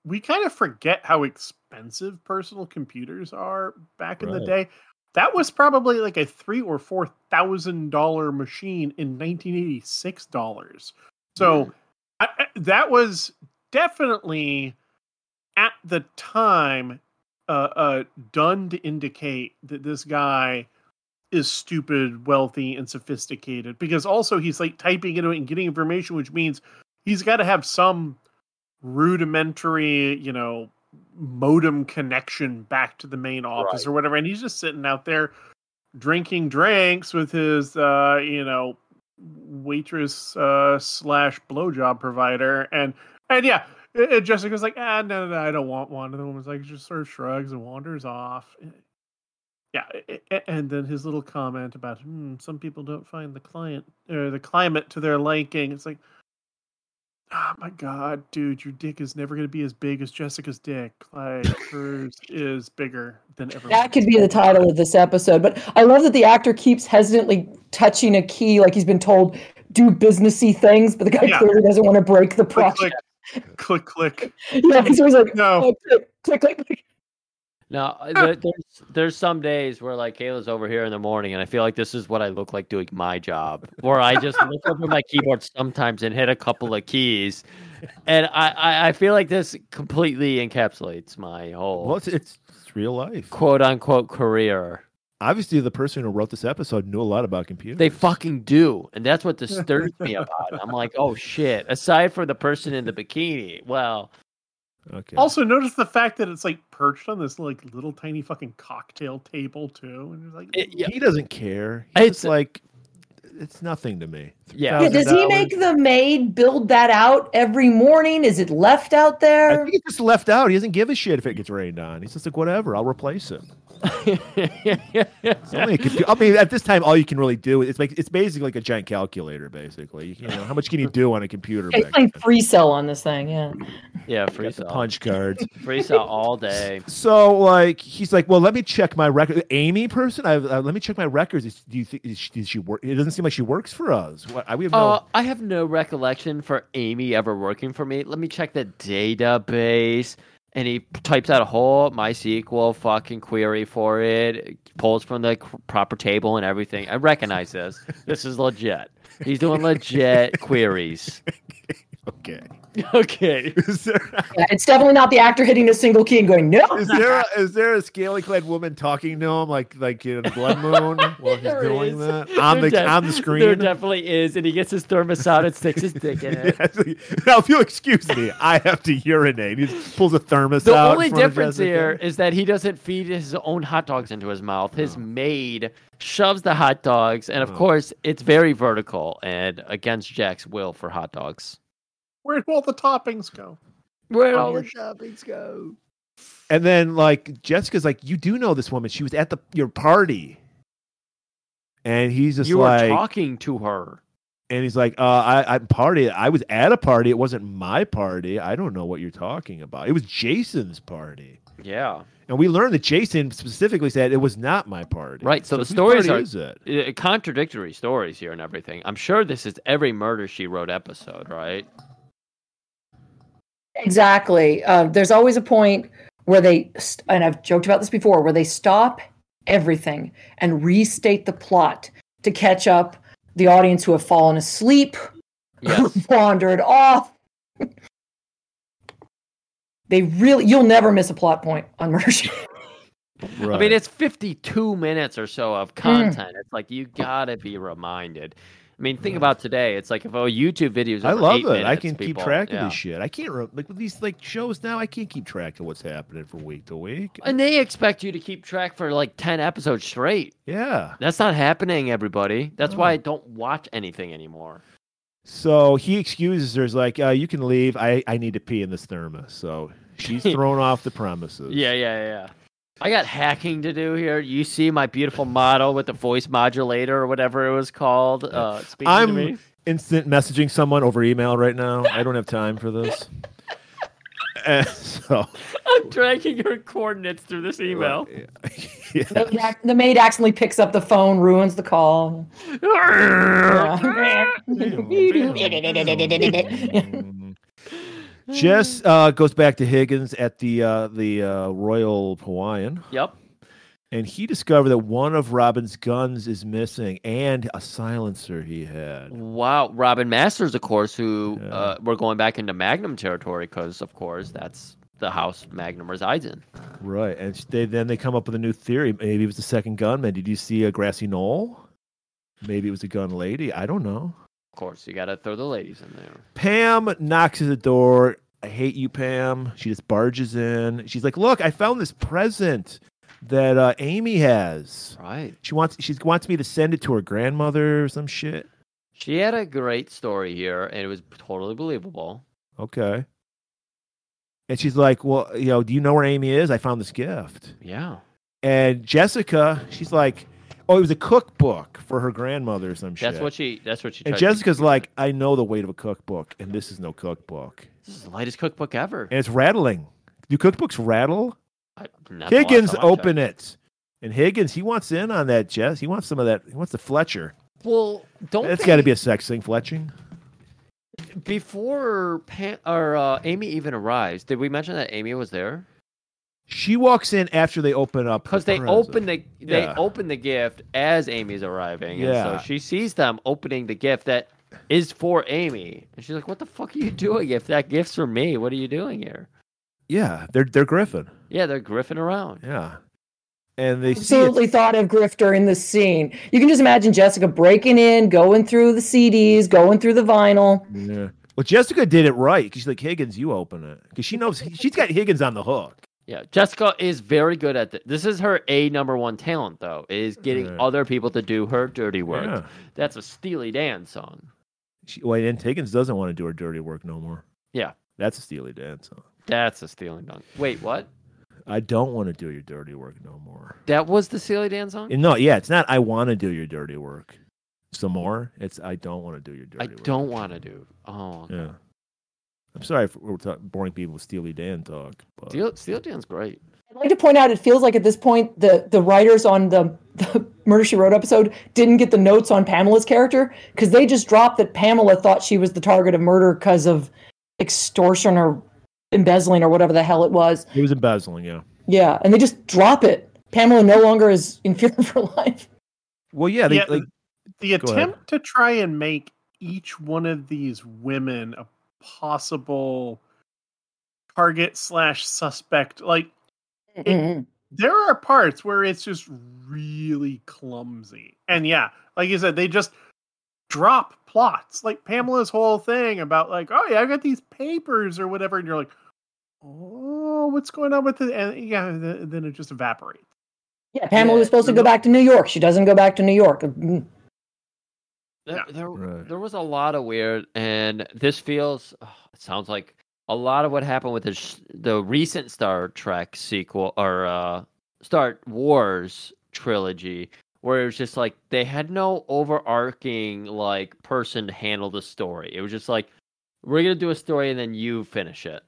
we kind of forget how expensive personal computers are back in the
Right.
day. That was probably like a three or four thousand dollar machine in nineteen eighty six dollars. So I, I- that was definitely at the time uh, uh, done to indicate that this guy is stupid, wealthy, and sophisticated. Because also he's like typing into it and getting information, which means he's got to have some rudimentary, you know, modem connection back to the main office or whatever. And he's just sitting out there drinking drinks with his, uh, you know, waitress uh, slash blowjob provider. And and yeah, it, it- Jessica's like, ah, no, no, no, I don't want one. And the woman's like, just sort of shrugs and wanders off. Yeah, a- a- and then his little comment about hmm, some people don't find the client or the climate to their liking. It's like, oh my god, dude, your dick is never gonna be as big as Jessica's dick. Like hers is bigger than everyone.
That could be the title of this episode. But I love that the actor keeps hesitantly touching a key, like he's been told do businessy things, but the guy
Yeah.
clearly doesn't want to break the
click,
process.
click, click, click.
Yeah, he's always like,
No,
Oh,
click, click, click, click, click.
now uh,
Ah.
there, there's there's some days where like kayla's over here in the morning and i feel like this is what i look like doing my job where i just look over my keyboard sometimes and hit a couple of keys and i i, I feel like this completely encapsulates my whole
Well, it's it's, it's real life.
quote unquote career
Obviously, the person who wrote this episode knew a lot about computers.
They fucking do, and that's
<laughs>
what disturbs me about it. I'm like, oh shit. Aside from the person in the bikini, well,
okay.
Also, notice the fact that it's like perched on this like little tiny fucking cocktail table too, and it's like
it- yeah,
he doesn't care. He's
It's-
just like it's nothing to me.
Yeah.
Yeah, does he
$1,000.
make the maid build that out every morning? Is it left out
I
there?
think it's just left out. He doesn't give a shit if it gets rained on. He's just like, whatever, I'll
<laughs>
replace it. It's only a compu- I mean, at this time, all you can really do is it's like it's basically like a giant calculator. Basically, you know, how much can you do on a computer?
He's
Back
playing
then?
free cell on this thing, yeah.
yeah,
Got
free
the
cell,
punch cards.
free cell all day.
So like he's like, well, let me check my record. Amy person, I, uh, let me check my records. Is, do you think is she, does she work? It doesn't seem like she works for us. What, I, we have no.
Uh, I have no recollection for Amy ever working for me. Let me check the database. And he types out a whole MySQL fucking query for it, pulls from the c- proper table and everything. I recognize this. This is legit. He's doing legit queries.
okay. <laughs>
Okay.
Is there
Yeah, It's definitely not the actor hitting a single key and going, no.
is there a, is there a scaly clad woman talking to him like like in the Blood Moon while he's
There
doing
is. <laughs>
that on
There
the
def-
on the
There
screen?
definitely is, and he gets his thermos out and sticks his dick in
<laughs>
it.
Yes. Now, if you'll excuse me, I have to urinate. He just pulls a thermos
The
out. in
only
front of
difference
Jessica.
here is that he doesn't feed his own hot dogs into his mouth. His maid shoves the hot dogs, and of
Oh.
course, it's very vertical and against Jack's will for hot dogs.
where'd all the toppings go?
Where
all
Oh,
the
toppings go?
And then like Jessica's like, you do know this woman. She was at the your party. And he's just
You were
like,
talking to her.
and he's like, uh, I, I party. I was at a party. It wasn't my party. I don't know what you're talking about. It was Jason's party.
Yeah,
And we learned that Jason specifically said it was not my party.
Right, so the
whose
stories
party
are-
is it?
Uh, contradictory stories here and everything. I'm sure this is every Murder She Wrote episode,
<laughs>
right?
Exactly. Uh, there's always a point where they, st- and I've joked about this before, where they stop everything and restate the plot to catch up the audience who have fallen asleep,
Yes.
<laughs> wandered off. they really, you'll never miss a plot point on Murder She
Right.
I mean, it's 52 minutes or so of content. It's like you gotta be reminded. I mean, think about today. It's like if a YouTube video is
I
over
love it.
eight
I
minutes,
can
people-
keep track
yeah.
of this shit. I can't re- like with these like shows now. I can't keep track of what's happening from week to week.
And they expect you to keep track for like 10 episodes straight.
yeah.
That's not happening, everybody. That's why
No.
I don't watch anything anymore.
So he excuses her. He's like, uh, you can leave. I, I need to pee in this thermos. So
<laughs>
she's thrown off the premises.
Yeah, yeah, yeah. I got hacking to do here. You see my beautiful model with the voice modulator or whatever it was called uh, speaking to
I'm-
me. <laughs>
Instant messaging someone over email right now. I don't have time for this. And so
<laughs> I'm dragging your coordinates through this email.
<laughs> yeah.
Maid ac- the maid accidentally picks up the phone, ruins the call. Yeah.
Jess uh, goes back to Higgins at the uh, the uh, Royal Hawaiian,
yep.
and he discovered that one of Robin's guns is missing and a silencer he had.
Wow. Robin Masters, of course, who
Yeah.
uh, we're going back into Magnum territory because, of course, that's the house Magnum resides in.
Right, and they then they come up with a new theory. Maybe it was the second gunman. Did you see a grassy knoll? Maybe it was a gun lady. I don't know.
Of course, you got to throw the ladies in there.
Pam knocks at the door. I hate you, Pam. She just barges in. She's like, "Look, I found this present that uh, Amy has.
Right.
She wants she wants me to send it to her grandmother or some shit."
She had a great story here, and it was totally believable.
Okay. And she's like, "Well, you know, do you know where Amy is? I found this gift."
Yeah.
And Jessica, she's like, "Oh, it was a cookbook for her grandmother or some shit."
That's what she. That's what she.
and
tried to do.
Jessica's like, "I know the weight of a cookbook, and this is no cookbook,
"This is the lightest cookbook ever."
and it's rattling. Do cookbooks rattle?"
I, not the last
Higgins
time I checked.
open it. And Higgins, he wants in on that, Jess. He wants some of that. He wants the Fletcher.
Well, don't.
That's
they-
got to be a sex thing, Fletching.
before Pam, or uh, Amy even arrives. Did we mention that Amy was there?
She walks in after they open up the
Because they
present.
open the they
Yeah.
open the gift as Amy's arriving,
Yeah.
and so she sees them opening the gift that is for Amy, and she's like, "What the fuck are you <laughs> doing? If that gift's for me, what are you doing here?"
Yeah, they're they're Griffin.
Yeah, they're griffing around.
Yeah, and they see it's-
Absolutely thought of Grifter in this scene. You can just imagine Jessica breaking in, going through the CDs, going through the vinyl.
Yeah. Well, Jessica did it right because she's like Higgins, you open it because she knows she's got Higgins on the hook.
Yeah, Jessica is very good at this. This is her a number one talent, though, is getting
Yeah.
other people to do her dirty work.
Yeah.
That's a Steely Dan song.
She, well, and Higgins doesn't want to do her dirty work no more.
Yeah.
That's a Steely Dan song.
That's a Steely Dan. Wait, what?
I don't want to do your dirty work no more.
That was the Steely Dan song.
And no, yeah, it's not. I want to do your dirty work. Some more. It's I don't want to do your dirty
I
work.
don't want to do. Oh,
Yeah. I'm sorry if we're talk, boring people with Steely Dan talk. But
Steel, Steel Dan's great.
I'd like to point out, it feels like at this point the the writers on the, <laughs> the Murder She Wrote episode didn't get the notes on Pamela's character because they just dropped that Pamela thought she was the target of murder because of extortion or embezzling or whatever the hell it was.
he was embezzling. Yeah.
Yeah, and they just drop it. Pamela no longer is in fear <laughs> of her life.
Well, yeah. They,
Yeah,
like,
the
Go ahead.
attempt to try and make each one of these women a possible target slash suspect like
Mm-mm.
there are parts where it's just really clumsy and yeah like you said they just drop plots like pamela's whole thing about like oh yeah i got these papers or whatever and you're like oh what's going on with it and yeah th- then it just evaporates
Yeah, Pamela
Yeah,
was supposed to go back to New York. She doesn't go back to New York. Mm.
There,
Yeah.
there,
Right.
there was a lot of weird, and this feels. ugh, it sounds like a lot of what happened with the sh- the recent Star Trek sequel or uh, Star Wars trilogy, where it was just like they had no overarching like person to handle the story. It was just like we're gonna do a story and then you finish it.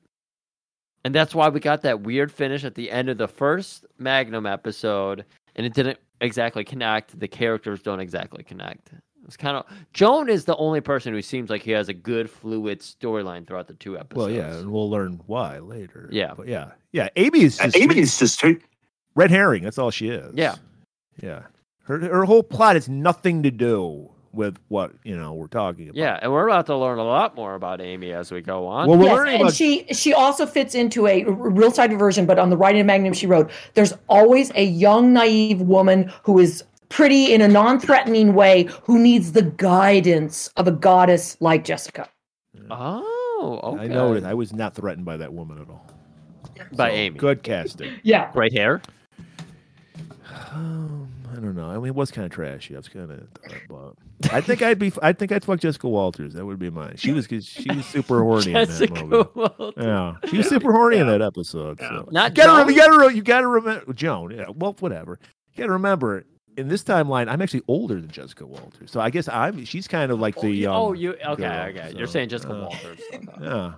And that's why we got that weird finish at the end of the first Magnum episode, and it didn't exactly connect. The characters don't exactly connect. It's kind of Joan is the only person who seems like he has a good fluid storyline throughout the two episodes.
well, yeah. And we'll learn why later.
Yeah.
But yeah. Yeah. Amy is just
Amy is just her-
red herring. That's all she is.
Yeah.
Yeah. Her her whole plot has nothing to do with what you know we're talking about.
yeah, and we're about to learn a lot more about Amy as we go on.
Well, we're
Yes,
learning
and
about
she she also fits into a r- real side version, but on the writing of Magnum, she wrote, "There's always a young, naive woman who is pretty in a non-threatening way who needs the guidance of a goddess like Jessica."
oh, okay.
I know it. I was not threatened by that woman at all.
By
So,
Amy.
Good casting. <sighs>
Yeah,
Great hair.
Um, I don't know. I mean, it was kind of trashy. I was kind of, but I think I'd be. I think I'd fuck Jessica Walters. That would be mine. She was. She was super horny in that Uh,
Jessica
movie.
Walters.
<laughs> Yeah, she was super horny in that episode. So.
Not
Gotta
Joan?
remember, you gotta, re- you gotta remember Joan. Yeah, well, whatever. You gotta remember in this timeline, I'm actually older than Jessica Walters, so I guess I'm. She's kind of like
Oh,
the.
you-
Um,
oh, you okay?
girl,
okay.
so,
You're saying Jessica
uh,
Walters.
Yeah,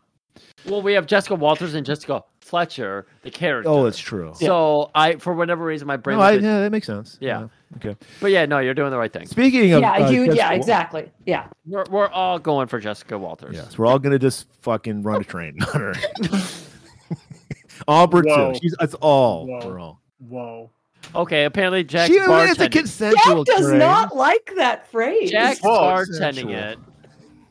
Well, we have Jessica Walters and Jessica Fletcher, the character.
Oh, that's true.
So I, for whatever reason, my brain.
No, I,
was-
yeah, that makes sense.
Yeah.
Okay.
But yeah, no, you're doing the right thing.
Speaking of,
yeah,
uh,
you,
Jessica
yeah,
Wa-
exactly. Yeah.
We're, we're all going for Jessica Walters.
Yes, we're all gonna just fucking run a train
<laughs>
on her. all we're
Whoa.
two. She's it's all
Whoa.
we're all.
Whoa.
Okay, apparently Jack's
She it's a
bartending.
consensual
Jack does
train.
not like that phrase.
Jack's
Whoa,
bartending
sexual.
it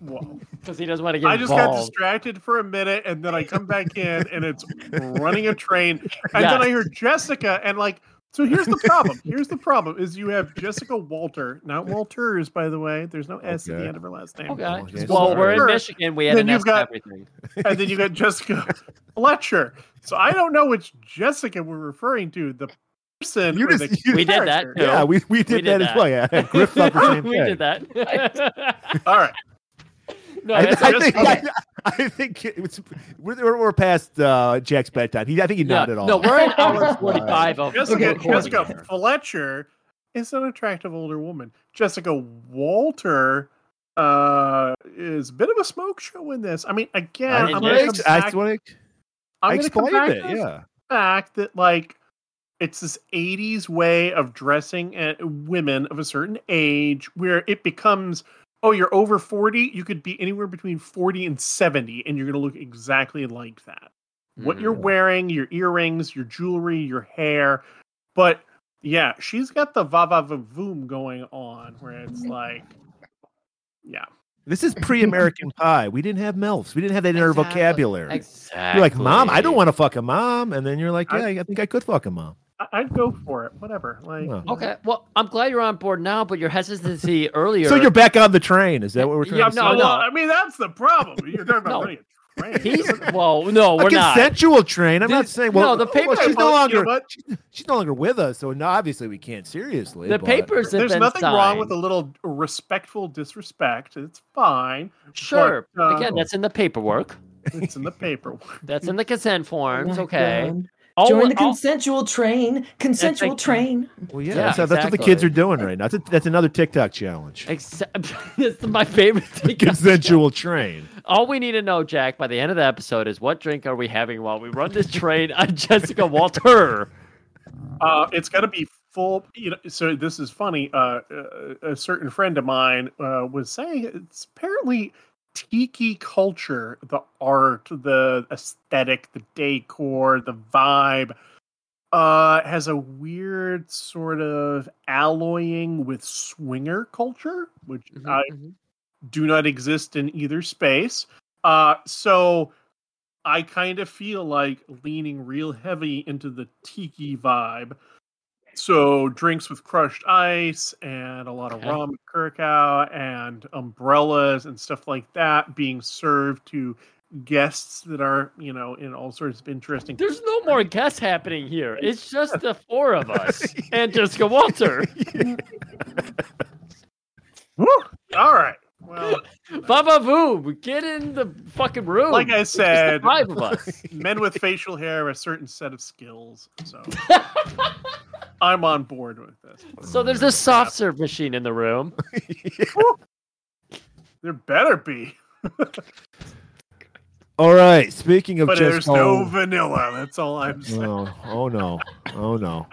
Whoa.
because he doesn't want to get
I just got
involved.
distracted for a minute and then I come back in and it's running
<laughs>
a train. And then
Yes.
I hear Jessica and like so here's the problem. Here's the problem is you have Jessica Walter, not Walters, by the way. There's no S at
Okay.
the end of her last name.
Okay.
Yes,
well,
sir.
we're in Michigan. We had
Then
an S
you've got-
to everything.
And then you got Jessica Fletcher. So I don't know which Jessica we're referring to. The person
You
or
just-
the
you-
We did that.
character.
Too.
Yeah, we, we
did
did that as
that.
well. Yeah, <laughs>
<laughs>
Griff thought the same
we
thing.
did
<laughs>
that.
All right.
no,
I,
that's
I
a-
think,
okay.
I, I think it was, we're, we're we're past uh, Jack's bedtime. He, I think he
no,
nodded all.
no,
<laughs>
we're in hour forty-five of
Jessica,
recording.
Jessica Fletcher is an attractive older woman. Jessica Walter uh, is a bit of a smoke show in this. I mean, again,
I
I
didn't
am
know.
going
gonna
Ex-
to
I, just
come back,
wanna- I
I'm gonna come
explained
back
it.
to the
Yeah,
fact that like it's this 80s way of dressing at women of a certain age where it becomes oh you're over 40 you could be anywhere between 40 and 70 and you're going to look exactly like that what you're wearing, your earrings, your jewelry, your hair. But yeah, she's got the va va va voom going on where it's like, yeah.
this is
<laughs>
pre-American Pie. We didn't have melfs. We didn't have that in our
Exactly.
vocabulary.
Hmm. Exactly.
You're like, mom, I don't want to fuck a mom, and then you're like, yeah,
I-
I, think I could fuck a mom.
I- I'd go for it, whatever. Like,
Yeah.
Mm-hmm.
Okay, well, I'm glad you're on board now, but your hesitancy
<laughs>
earlier.
So you're back on the train. Is that what we're trying
Yeah,
to
no,
well,
say?
I mean, that's the problem. You're talking
No.
about running a train.
He's well, no,
a
we're not.
consensual train. I'm
Dude,
not saying.
no,
Well,
the
well,
paper-
she's no
Well,
longer.
You know what?
she's no longer with us, so no, obviously we can't seriously.
The
but-
papers have
There's
been
nothing
signed.
wrong with a little respectful disrespect. It's fine.
Sure.
but, uh,
Again, that's in the paperwork.
It's in the paperwork.
That's in the consent
Oh
forms.
my
Okay.
God.
All
Join
we're-
the
all-
consensual train. Consensual
like- <laughs>
train.
Well, yeah,
Yeah,
that's, how- that's what the kids
exactly.
are doing right now. That's, a, that's another TikTok challenge.
Except, <laughs> it's my
<laughs>
favorite thing.
<laughs> Consensual train.
All we need to know, Jack, by the end of the episode is what drink are we having while we run this train on <laughs> Jessica Walter?
Uh, it's got to be full. You know, so this is funny. Uh, a, a certain friend of mine uh, was saying it's apparently tiki culture, the art, the aesthetic, the decor, the vibe. Uh, has a weird sort of alloying with swinger culture, which
Mm-hmm,
Mm-hmm.
uh, I do not exist in either space. Uh, so I kind of feel like leaning real heavy into the tiki vibe. So drinks with crushed ice and a lot of
Okay.
rum and curacao and umbrellas and stuff like that being served to guests that are, you know, in all sorts of interesting
There's no more guests happening here. It's just the four of
<laughs>
us and Jessica Walter.
Woo! All right. Well,
Baba Voom, get in the fucking room.
like I
There's
said,
five of
<laughs>
us.
men
<laughs>
with facial hair have a certain set of skills. So I'm on board with this.
So there's a soft serve machine in the
<laughs>
room.
There better be.
All right. Speaking of
But
just
there's no
oh,
vanilla. That's all I'm saying.
no, oh no, oh no.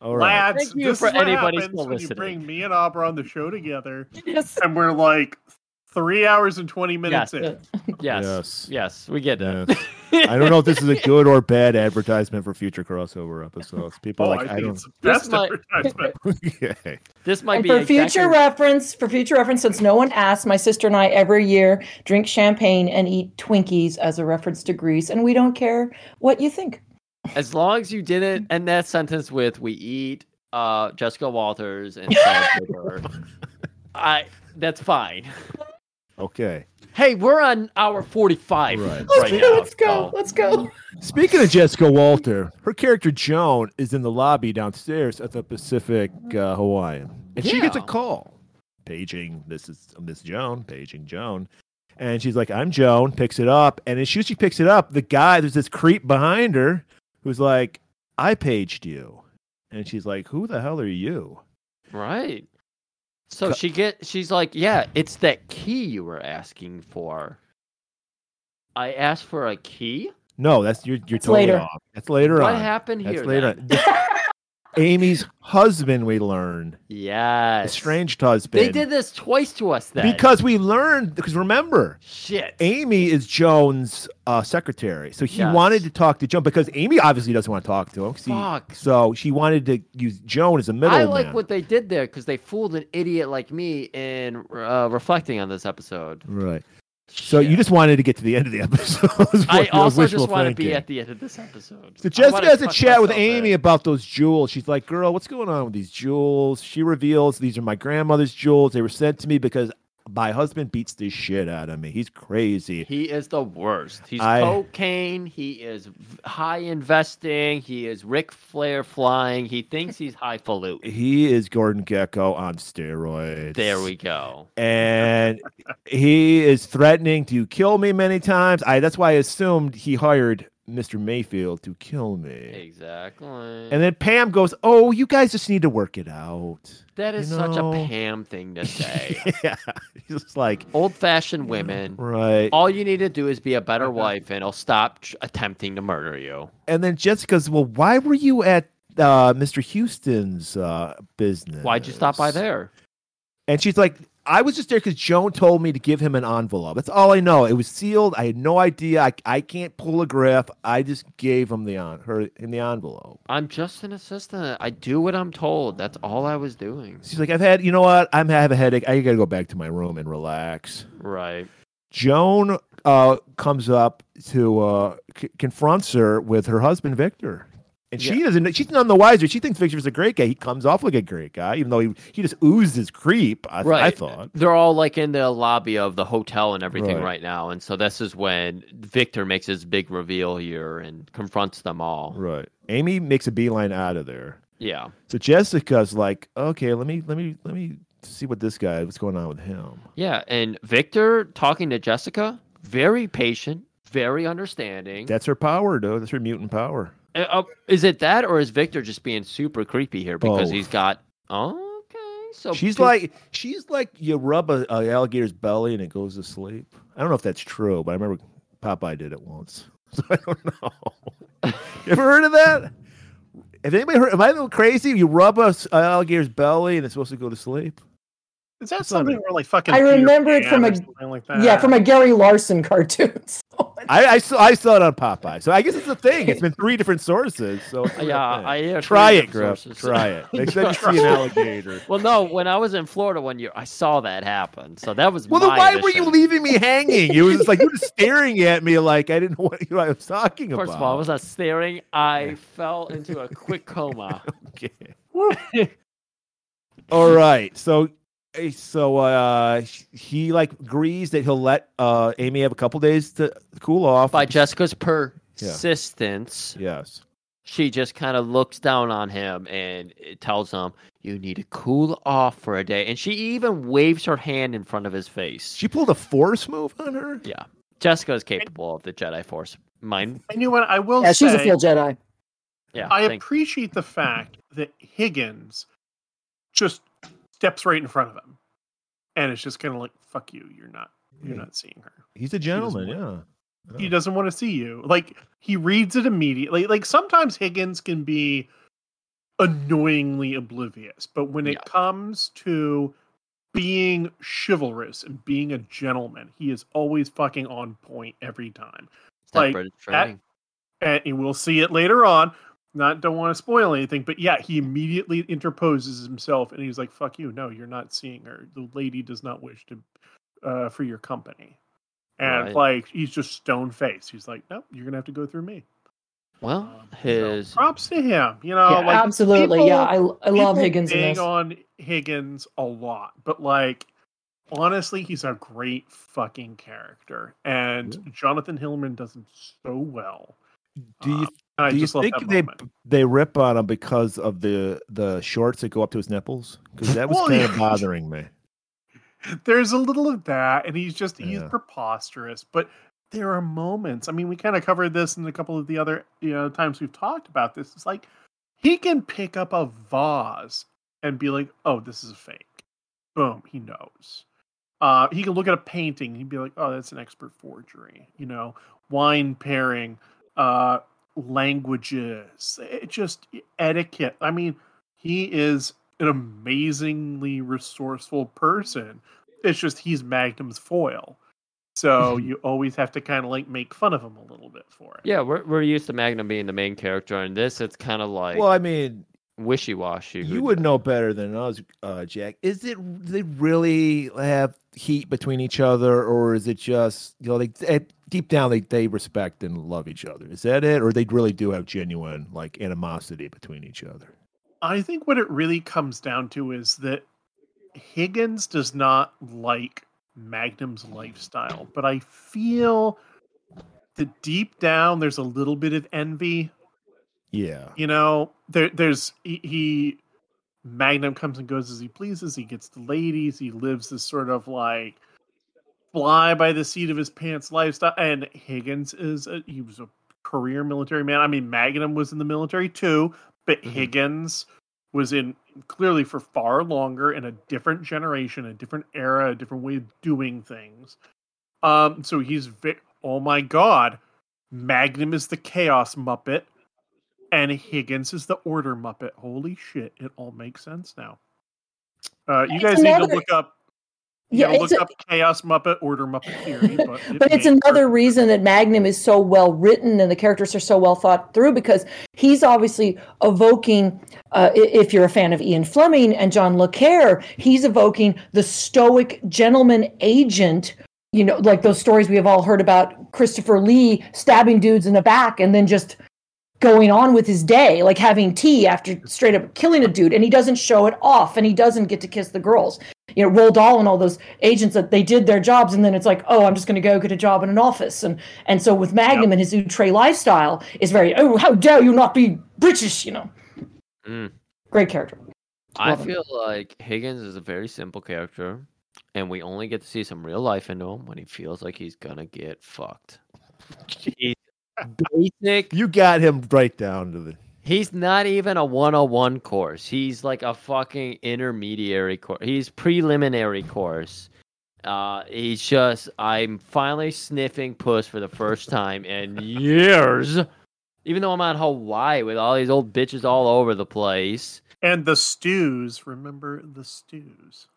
All right.
Lads,
Thank you
this
for
is what
anybody
happens
still
when you
listening.
bring me and Abra on the show together,
Yes.
and we're like three hours and twenty minutes
Yes.
in.
Yes. Yes,
Yes.
we get that.
Yes. I don't know if this is a good or bad advertisement for future crossover episodes. People
Oh,
are like,
I
I,
think
don't.
it's the best
This might-
<laughs>
advertisement.
<laughs> Yeah.
This might
and
be
for
exactly-
future reference, for future reference, since no one asked, my sister and I every year drink champagne and eat Twinkies as a reference to Greece, and we don't care what you think.
As long as you didn't end that sentence with "we eat uh, Jessica Walters and sandpaper," I that's fine.
Okay.
Hey, we're on hour forty-five
Right.
right,
Okay,
now. mm,
let's go.
so-
Let's go.
Speaking of Jessica Walter, her character Joan is in the lobby downstairs at the Pacific uh, Hawaiian, and she gets a
Yeah.
call, paging this is Miss Joan, paging Joan, and she's like, "I'm Joan." Picks it up, and as soon as she picks it up, the guy there's this creep behind her who's like, "I paged you," and she's like, "Who the hell are you?"
Right. So she get she's like, "Yeah, it's that key you were asking for." I asked for a key.
No, that's you're you're
That's
totally
later.
off. That's later
What
on.
happened
That's
here?
later.
then?
on.
<laughs>
Amy's husband, we learned,
Yes.
estranged husband.
They did this twice to us then.
because we learned. Because remember,
shit.
Amy is Joan's uh, secretary, so he
Yes.
wanted to talk to Joan because Amy obviously doesn't want to talk to him. 'cause he-
Fuck.
So she wanted to use Joan as a middleman.
I like what they did there because they fooled an idiot like me in uh, reflecting on this episode.
Right. So you
Shit.
just wanted to get to the end of the <laughs> episode. is
I
what your
also just
wishful
want to be
thinking.
at the end of this episode.
So
I
Jessica
wanna
has a
fuck
chat with
myself
Amy
in.
about those jewels. She's like, "Girl, what's going on with these jewels?" She reveals these are my grandmother's jewels. They were sent to me because my husband beats the shit out of me. He's crazy.
He is the worst. He's
I-
cocaine. He is v- high investing. He is Ric Flair flying. He thinks he's highfalutin.
He is Gordon Gecko on steroids.
There we go.
And he is threatening to kill me many times. I that's why I assumed he hired Mr. Mayfield to kill me.
Exactly.
And then Pam goes, "Oh, you guys just need to work it out."
that
you
is such a
know-
Pam thing
<laughs>
to say.
yeah, he's just like,
Old fashioned women.
right. Uh-huh.
All you need to do is be a better wife, and I'll stop tr- attempting to murder you.
And then Jessica's, well, why were you at uh, Mr. Houston's uh, business?
Why'd you stop by there?
And she's like, I was just there because Joan told me to give him an envelope. That's all I know. It was sealed. I had no idea. I, I can't pull a graph. I just gave him the on her in the envelope.
I'm just an assistant. I do what I'm told. That's all I was doing.
She's like, I've had, you know what? I'm I have a headache. I gotta go back to my room and relax.
Right.
Joan uh, comes up to uh, c- confronts her with her husband Victor, and she doesn't. She's none the wiser. She thinks Victor's a great guy. He comes off like a great guy, even though he he just oozed his creep. I, I
Right.
thought.
They're all like in the lobby of the hotel and everything
Right.
right. now. And so this is when Victor makes his big reveal here and confronts them all.
Right. Amy makes a beeline out of there.
Yeah.
So Jessica's like, okay, let me let me let me see what this guy what's going on with him.
Yeah. And Victor talking to Jessica, very patient, very understanding.
That's her power, though. That's her mutant power.
Uh, uh, is it that or is Victor just being super creepy here because
Both.
he's got. Oh, okay. So
she's
two-
like she's like you rub a, a alligator's belly and it goes to sleep. I don't know if that's true, but I remember Popeye did it once. <laughs> So I don't know. <laughs> you ever heard of that? Have anybody heard? Am I a little crazy? You rub a, s- a alligator's belly and it's supposed to go to sleep.
Is that something where like fucking?
I
Peter
remember it
Pan
from
or
a-
something like that?
Yeah, from a Gary Larson cartoon. So,
I, I saw I saw it on Popeye, so I guess it's a thing. It's been three different sources, so it's a
<laughs>
real
Yeah,
thing.
I hear
try
three
it,
different
Griff.
sources.
Try <laughs> it. Next time you see an alligator.
Well, no, when I was in Florida one year, I saw that happen. So that was
Well, then
my
why were you
mission.
leaving me hanging? You was just like you were staring at me like I didn't know what I was talking about.
First of all, I was not staring. I fell into a quick coma.
<laughs> Okay. All right. So eh, so uh sh- he like agrees that he'll let uh Amy have a couple days to cool off.
By Jessica's persistence,
yes.
she just kind of looks down on him and it tells him, You need to cool off for a day. And she even waves her hand in front of his face.
She pulled a force move on her?
yeah. Jessica is capable of the Jedi Force. Mine.
And you know what? I will
yeah,
say,
she's a field Jedi.
Yeah.
I
thank-
appreciate the fact that Higgins just steps right in front of him, and it's just kind of like, "Fuck you, you're not, you're not seeing her.
He's a gentleman,
doesn't
yeah.
He doesn't want to see you." Like he reads it immediately. Like sometimes Higgins can be annoyingly oblivious, but when it
Yeah.
comes to being chivalrous and being a gentleman, he is always fucking on point every time.
it's that
like,
British training.
and and we'll see it later on. Not don't want to spoil anything, but yeah, he immediately interposes himself and he's like, "Fuck you! No, you're not seeing her. The lady does not wish to uh, for your company." And
Right.
like he's just stone faced. He's like, "Nope, you're gonna have to go through me."
well,
Um, so
his
props to him. You know,
Yeah,
uh, like
Absolutely.
people-
yeah, I, I love
people
Higgins in
bang
this.
on Higgins a lot, but like honestly, he's a great fucking character, and Jonathan Hillman does him so well.
Do you
Um, I
Do you
just love
think
that
they
moment.
they rip on him because of the the shorts that go up to his nipples? Because that was
Well,
kind
yeah.
of bothering me.
<laughs> there's a little of that and he's just he's
Yeah.
preposterous but there are moments i mean we kind of covered this in a couple of the other you know times we've talked about this it's like he can pick up a vase and be like oh this is a fake boom, he knows. Uh, he can look at a painting, he'd be like, "Oh, that's an expert forgery." You know, wine pairing, uh, languages, it just etiquette. I mean, he is an amazingly resourceful person. It's just he's Magnum's foil, so you always have to kind of like make fun of him a little bit for it.
Yeah, we're we're used to Magnum being the main character, and this it's kind of like
well, I mean,
wishy washy.
you would know better than us, uh, Jack. Is it do they really have heat between each other, or is it just you know they at, deep down they they respect and love each other? Is that it, or they really do have genuine like animosity between each other?
I think what it really comes down to is that Higgins does not like Magnum's lifestyle, but I feel that deep down there's a little bit of envy.
Yeah,
You know, there there's he, he Magnum comes and goes as he pleases. He gets the ladies. He lives this sort of like fly by the seat of his pants lifestyle. And Higgins is a, he was a career military man. I mean, Magnum was in the military too, but
Mhm.
Higgins was in clearly for far longer in a different generation, a different era, a different way of doing things. Um, so he's ve- oh my god, Magnum is the chaos muppet, and Higgins is the order muppet. Holy shit, it all makes sense now. Uh, you
It's
guys need
another-
to look up
Yeah,
yeah,
it's
look
a-
up Chaos Muppet Order Muppet
<laughs>
Theory, but, it
but it's
may-
another reason that Magnum is so well written and the characters are so well thought through because he's obviously evoking, uh, i- if you're a fan of Ian Fleming and John Le Carre, he's evoking the stoic gentleman agent. You know, like those stories we have all heard about Christopher Lee stabbing dudes in the back and then just going on with his day, like having tea after straight up killing a dude, and he doesn't show it off and he doesn't get to kiss the girls. You know, Roald Dahl and all those agents that they did their jobs, and then it's like, oh, I'm just going to go get a job in an office, and and so with Magnum and his outre lifestyle is very, oh, how dare you not be British? You know,
Mm.
great character.
I
love him.
feel like Higgins is a very simple character, and we only get to see some real life into him when he feels like he's gonna get fucked. He's basic.
you got him right down to the
He's not even a 101 course. He's like a fucking intermediary course. He's preliminary course. Uh, he's just, I'm finally sniffing puss for the first time in years. Even though I'm on Hawaii with all these old bitches all over the place.
and the stews. Remember the stews?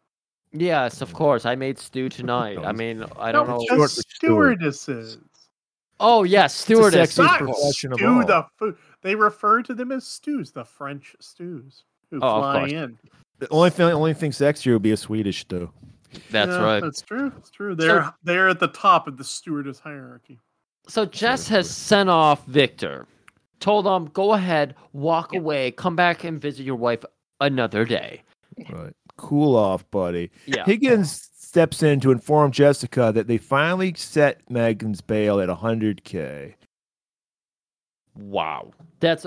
Yes, of course. I made stew tonight. I mean, I don't
no,
know.
Short
Just
for steward.
stewardesses.
Oh, yes, stewardess.
It's a
Not
sexy profession of
stew
all.
the food. They refer to them as stews, the French stews who
Oh, of
fly
course.
in.
the only thing. Only thing sexier would be a Swedish stew.
That's
Yeah,
right.
That's true. That's true. They're they're at the top of the stewardess hierarchy.
So Jess has sent off Victor, told him, go ahead, walk away, come back and visit your wife another day.
Right, cool off, buddy.
Yeah.
Higgins steps in to inform Jessica that they finally set Megan's bail at 100k.
Wow. That's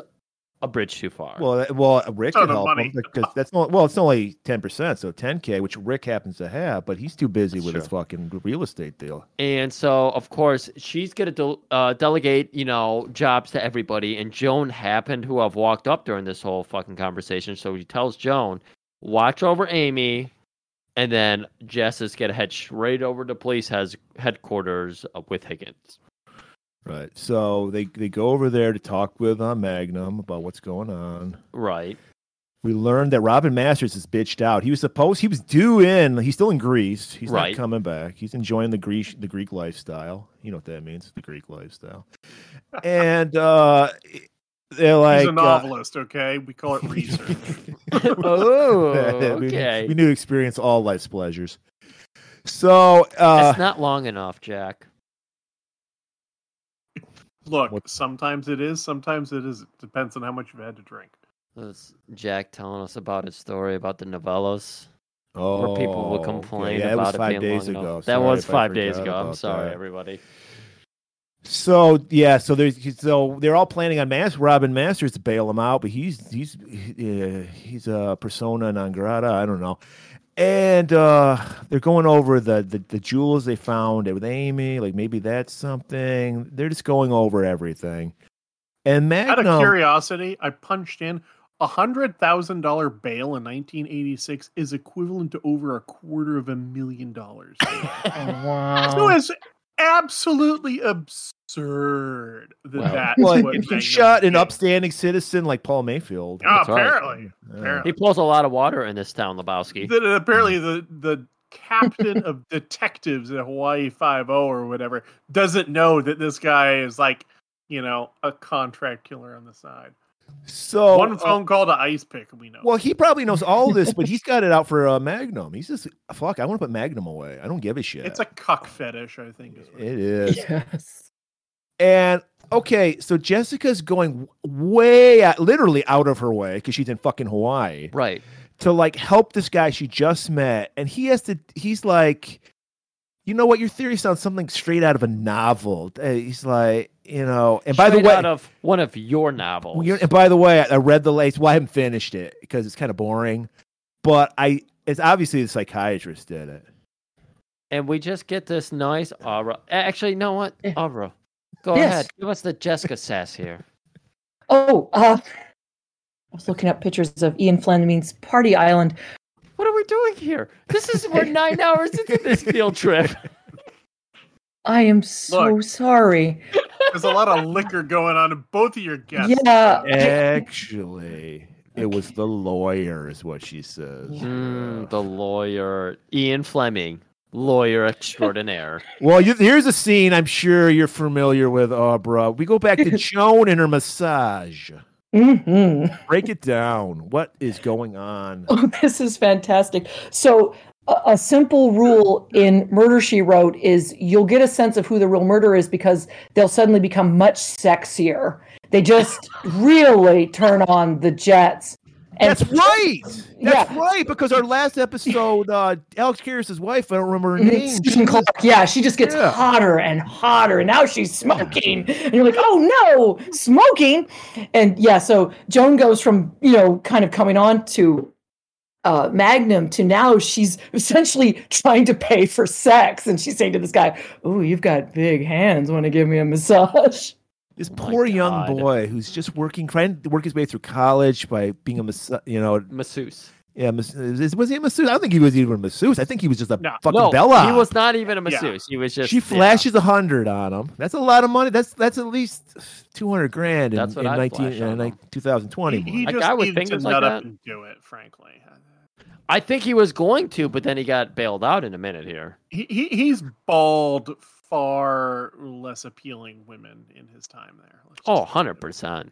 a bridge too far.
Well, that- well, uh, Rick
Ton
can
of
help
money.
him because that's not, well, it's only 10%, so 10k, which Rick happens to have, but he's too busy
That's
with his fucking real estate deal.
and so, of course, she's going to del uh, delegate, you know, jobs to everybody. And Joan happened to have walked up during this whole fucking conversation. So he tells Joan, watch over Amy. And then Jess is going to head straight over to police has headquarters uh, with Higgins.
Right. So they they go over there to talk with uh, Magnum about what's going on.
Right.
We learned that Robin Masters is bitched out. He was supposed he was due in. He's still in Greece. He's
Right.
not coming back. He's enjoying the Greek the Greek lifestyle. You know what that means? The Greek
<laughs>
lifestyle. And uh they're like
He's
uh, <laughs>
a novelist, okay? We
<laughs>
call it <laughs> research.
<laughs>
<laughs>
oh,
we,
okay.
we knew to experience all life's pleasures. So uh
That's not long enough, Jack.
Look,
What-
sometimes it is, sometimes it isn't. Depends on how much you've had to drink.
That's Jack telling us about his story about the novellas.
oh,
where people will
okay.
complain
Yeah,
about
it was five
being
days
long
ago.
enough. That
Sorry
was
if I
five days
forgot
ago. I'm
about
sorry,
that.
everybody.
So yeah, so there's so they're all planning on Mas- Robin Masters to bail him out, but he's he's uh, he's a persona non grata. I don't know. And uh, they're going over the, the the jewels they found with Amy. Like maybe that's something. They're just going over everything. And
out
Magnum,
of curiosity, I punched in. a hundred thousand dollar bail in 1986 is equivalent to over a quarter of a
<laughs>
million dollars.
Uh,
So
wow.
it's absolutely absurd that
Wow.
that's
Well,
what
if you
Magnum
shot an
did.
upstanding citizen like Paul Mayfield,
Ah,
That's right.
apparently,
Yeah.
apparently.
He pulls a lot of water in this town, Lebowski.
that apparently the
Mm.
the captain of <laughs> detectives at Hawaii Five O or whatever doesn't know that this guy is like you know a contract killer on the side.
so
One
uh,
phone call to Ice Pick, we know.
Well, he probably knows all this, but he's got it out for uh, Magnum. He's just fuck. I want to put Magnum away. I don't give a shit.
It's a cuck fetish, I think. Is what it
it is.
Yes.
And okay, so Jessica's going way out, literally out of her way because she's in fucking Hawaii
Right.
to like help this guy she just met, and he has to. He's like, you know what? Your theory sounds something straight out of a novel. Uh, He's like, you know. And by the
Straight
way,
out of one of your novels.
Well, you're- and by the way, I, I read the latest. Well, I haven't finished it because it's kind of boring. But I, it's obviously the psychiatrist did it.
and we just get this nice aura. A- Actually, no what?
Yeah.
Aura. Go
Yes.
ahead. Give us the Jessica sass here.
Oh, uh, I was looking up pictures of Ian Fleming's Party Island.
<laughs> What are we doing here? This is <laughs> we're nine hours into this field <laughs> trip.
I am so
Look.
sorry.
There's a lot of liquor going on in both of your guests.
Yeah.
Actually, it was the lawyer, is what she says.
Mm, the lawyer, Ian Fleming, lawyer extraordinaire.
Well, you, here's a scene I'm sure you're familiar with, Aubrey. We go back
<laughs>
to Joan and her massage.
hmm
Break it down. What is going on?
<laughs> Oh, this is fantastic. So, a, a simple rule in Murder She Wrote is you'll get a sense of who the real murderer is because they'll suddenly become much sexier. They just really turn on the jets. And
That's right. That's
Yeah.
right. Because our last episode, uh, Alex Harris's wife, I don't remember her name.
Susan Clark, yeah, she just gets
Yeah.
hotter and hotter, and now she's smoking. And you're like, oh no, smoking. And yeah, so Joan goes from, you know, kind of coming on to uh, Magnum to now she's essentially trying to pay for sex. And she's saying to this guy, Oh, you've got big hands. Want to give me a massage?
This
Oh my
poor young
God.
boy who's just working, trying to work his way through college by being a, mas- you know,
<laughs> Masseuse.
yeah, mas- is- was he a masseuse? I don't think he was even a masseuse. I think he was just a
No.
fucking
no,
Bella.
he was not even a
Yeah.
masseuse. He was just
she
yeah.
flashes a hundred on him. That's a lot of money. That's that's at least two hundred grand in,
That's what
in
I'd
19,
flash on
uh,
him.
two thousand
He,
twenty.
he
Like,
just
I would
needs
think
to
it's like
nut up
that.
and do it, frankly.
I think he was going to, but then he got bailed out in a minute here.
He, he he's bald far less appealing women in his time there. Let's just
Oh,
put it
100%.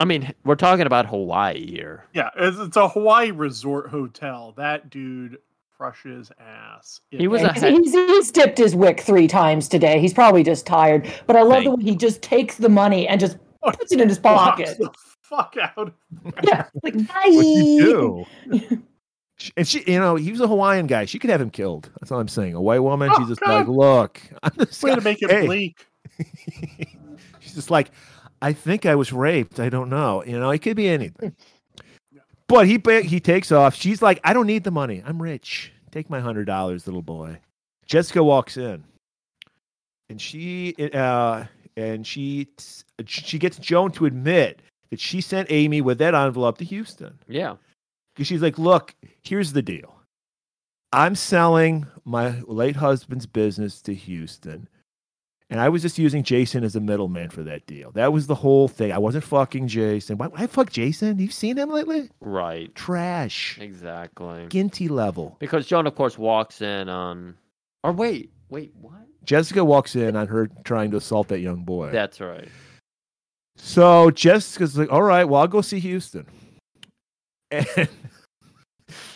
I mean, we're talking about Hawaii here.
Yeah, it's, it's a Hawaii resort hotel. That dude crushes ass.
He was a
He's,
head-
he's, he's dipped his wick three times today. He's probably just tired. But I
Thank
love the way he just takes the money and just puts it in his
Walks
pocket.
The fuck out.
yeah, like bye.
What you do? She- And she, you know, he was a Hawaiian guy. She could have him killed. That's all I'm saying. A white woman.
Oh,
she's just
God.
like, look, <laughs> I'm just
Way to make it
Hey.
bleak.
<laughs> She's just like, I think I was raped. I don't know. You know, it could be anything. But he ba- he takes off. She's like, I don't need the money. I'm rich. Take my hundred dollars, little boy. Jessica walks in, and she uh, and she she gets Joan to admit that she sent Amy with that envelope to Houston
Yeah.
because she's like, look, here's the deal. I'm selling my late husband's business to Houston. And I was just using Jason as a middleman for that deal. That was the whole thing. I wasn't fucking Jason. Why would I fuck Jason? You've seen him lately?
Right.
Trash.
Exactly.
Ginty level.
Because Joan, of course, walks in on. Or wait, wait, what?
Jessica walks in on her trying to assault that young boy.
That's right. <laughs>
So Jessica's like, all right, well, I'll go see Houston. <laughs> And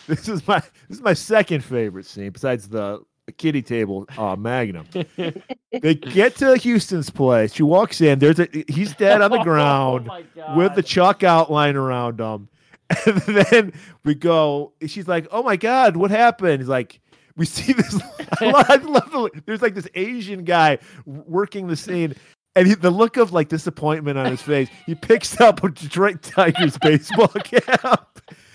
this is my this is my second favorite scene besides the kitty table uh, magnum. they get to Houston's place. She walks in. There's a he's dead on the ground with Oh, the chalk outline around him. <laughs> And then we go. She's like, "Oh my god, what happened?" He's like, "We see this." I love- I love the- there's like this Asian guy working the scene, and he, the look of like disappointment on his face. He picks up a Detroit Tigers baseball cap,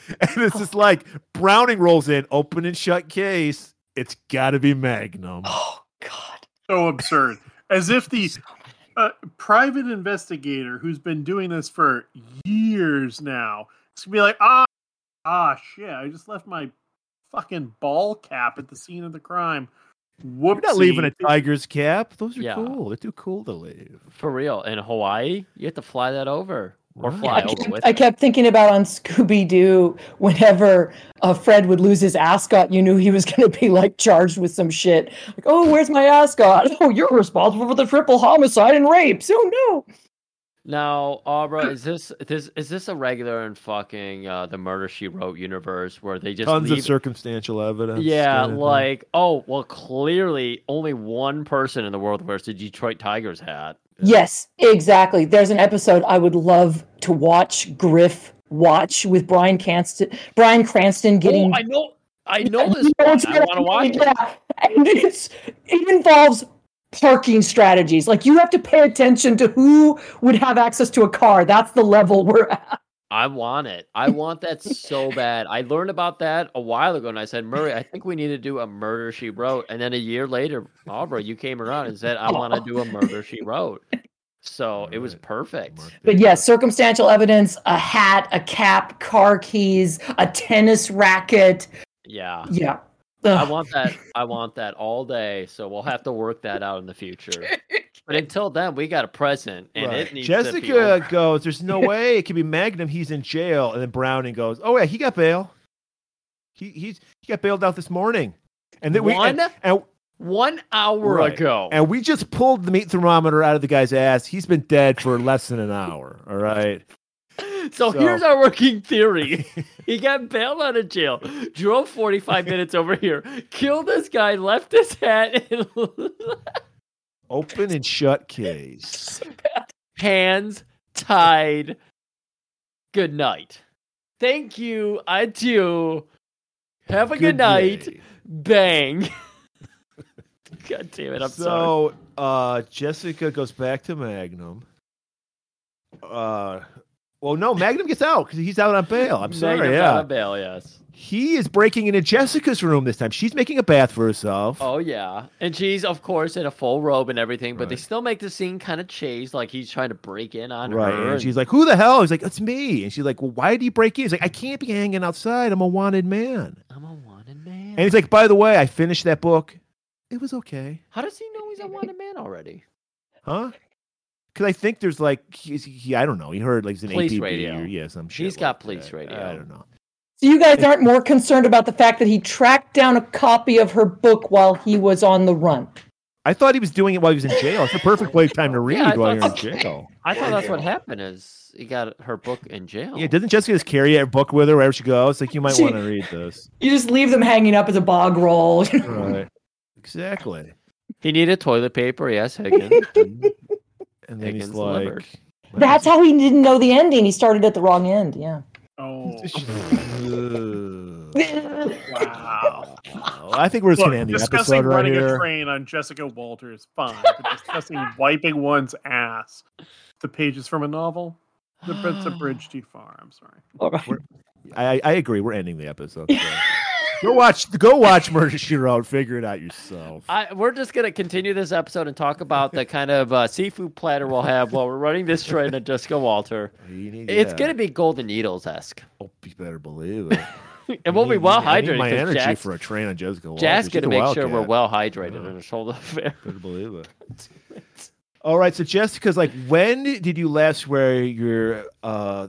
and it's just like Browning rolls in, open and shut case. It's got to be Magnum.
Oh God.
So absurd. As if the uh, private investigator who's been doing this for years now It's gonna be like, ah, ah, shit! I just left my fucking ball cap at the scene of the crime. Whoopsie!
You're not leaving a tiger's cap. Those are
Yeah.
cool. They're too cool to leave.
For real, in Hawaii, you have to fly that over or
Right.
fly
I
over
kept,
with.
I kept thinking about on Scooby Doo whenever uh, Fred would lose his ascot, you knew he was going to be like charged with some shit. Like, oh, where's my ascot? <laughs> Oh, you're responsible for the triple homicide and rapes. Oh no!
Now, Abra, is this this is this a regular in fucking uh, the Murder She Wrote universe where they just
Tons
leave?
of circumstantial evidence.
yeah,
kind of thing.
like oh well, clearly only one person in the world wears the Detroit Tigers hat.
Yes, exactly. There's an episode I would love to watch. Griff watch with Brian Cranston. Brian Cranston getting.
Oh, I know, I know
Yeah,
this.
you know
One.
it's
I
gonna
want to watch
be-
it.
Yeah. And it's, it involves parking strategies. Like you have to pay attention to who would have access to a car. That's the level we're at.
I want it. I want that
<laughs>
so bad. I learned about that a while ago, and I said, Murray, I think we need to do a Murder She Wrote. And then a year later, Abra, you came around and
<laughs>
said, I want to do a Murder She Wrote. So it was
Alright.
perfect.
Mark
But
that
yes, circumstantial evidence, a hat, a cap, car keys, a tennis racket.
Yeah.
Yeah.
I
Ugh.
want that. I want that all day. So we'll have to work that out in the future.
<laughs>
But until then, we got a present, and
Right.
it needs To be
Jessica
over.
goes,
<laughs>
There's no way it could be Magnum. He's in jail. And then Browning goes, Oh, yeah, he got bail. He he's, he got bailed out this morning. And then we and,
One?
and,
one hour
Right.
ago.
and we just pulled the meat thermometer out of the guy's ass. He's been dead for less than an hour. All right.
So,
So-
here's our working theory. he got bailed out of jail, drove
<laughs>
45 minutes over here, killed this guy, left his hat in <laughs>
Open and
<laughs>
shut case.
hands tied. Good night. Thank you. Adieu. Have a good, night.
day.
Bang. <laughs> God damn it. I'm sorry.
so uh Jessica goes back to Magnum. Uh well no, Magnum gets out because he's out on bail. I'm sorry,
Magnum's
yeah.
out of bail, yes.
He is breaking into Jessica's room this time. She's making a bath for herself.
Oh yeah, and she's of course in a full robe and everything, but they
Right.
still make the scene kind of chased, like he's trying to break in on
right.
her.
And
and-
she's like, Who the hell? He's like, It's me. And she's like, Well, why did he break in? He's like, I can't be hanging outside. I'm a wanted man.
I'm a wanted man.
And he's like, By the way, I finished that book. It was okay.
How does he know he's a wanted man already?
Huh? Because I think there's like, he, he, I don't know. He heard like he's an
Police
APB
radio.
or yeah, some shit.
He's got
like
police
that.
radio.
I don't know.
So you guys aren't more concerned about the fact that he tracked down a copy of her book while he was on the run.
I thought he was doing it while he was in jail. It's the perfect way time to
<laughs>
read
Yeah, I
while you're in
thought <laughs>
jail.
I thought that's what happened. Is he got her book in jail?
Yeah, doesn't Jessica just carry a book with her wherever she goes? Like you might
She-
want to read
<laughs>
this.
You just leave them hanging up as a bog roll. <laughs>
Right. Exactly.
he needed toilet paper. Yes, Higgins.
<laughs> and, and then he's
Higgins
like,
delivered.
"Well, <laughs>
That's how he didn't know the ending. He started at the wrong
<laughs>
end. Yeah.
Oh
Ugh.
wow!
I think we're just
Look,
gonna end the
discussing
episode right
running a
here.
train on Jessica Walters, fine. But discussing wiping one's ass, the pages from a novel, the, it's a bridge too far. I'm sorry.
All right.
I, I agree. We're ending
<laughs>
the episode. so. go watch. Go watch Murder She Wrote. Figure it out yourself.
I, we're just gonna continue this episode and talk about the kind of uh, seafood platter we'll have while we're running this train to Jessica Walter.
You need-
It's
yeah.
gonna be golden needles esque,
Oh, you better believe it.
and we'll be well
I need
hydrated.
My
'cause
energy
Jack's,
for a train on Jessica. Walters.
Jack's
She's
gonna
a
make sure we're
wildcat.
well hydrated in
Yeah.
this whole <laughs> affair.
Better believe it. All right, so Jessica's like, when did you last wear your uh,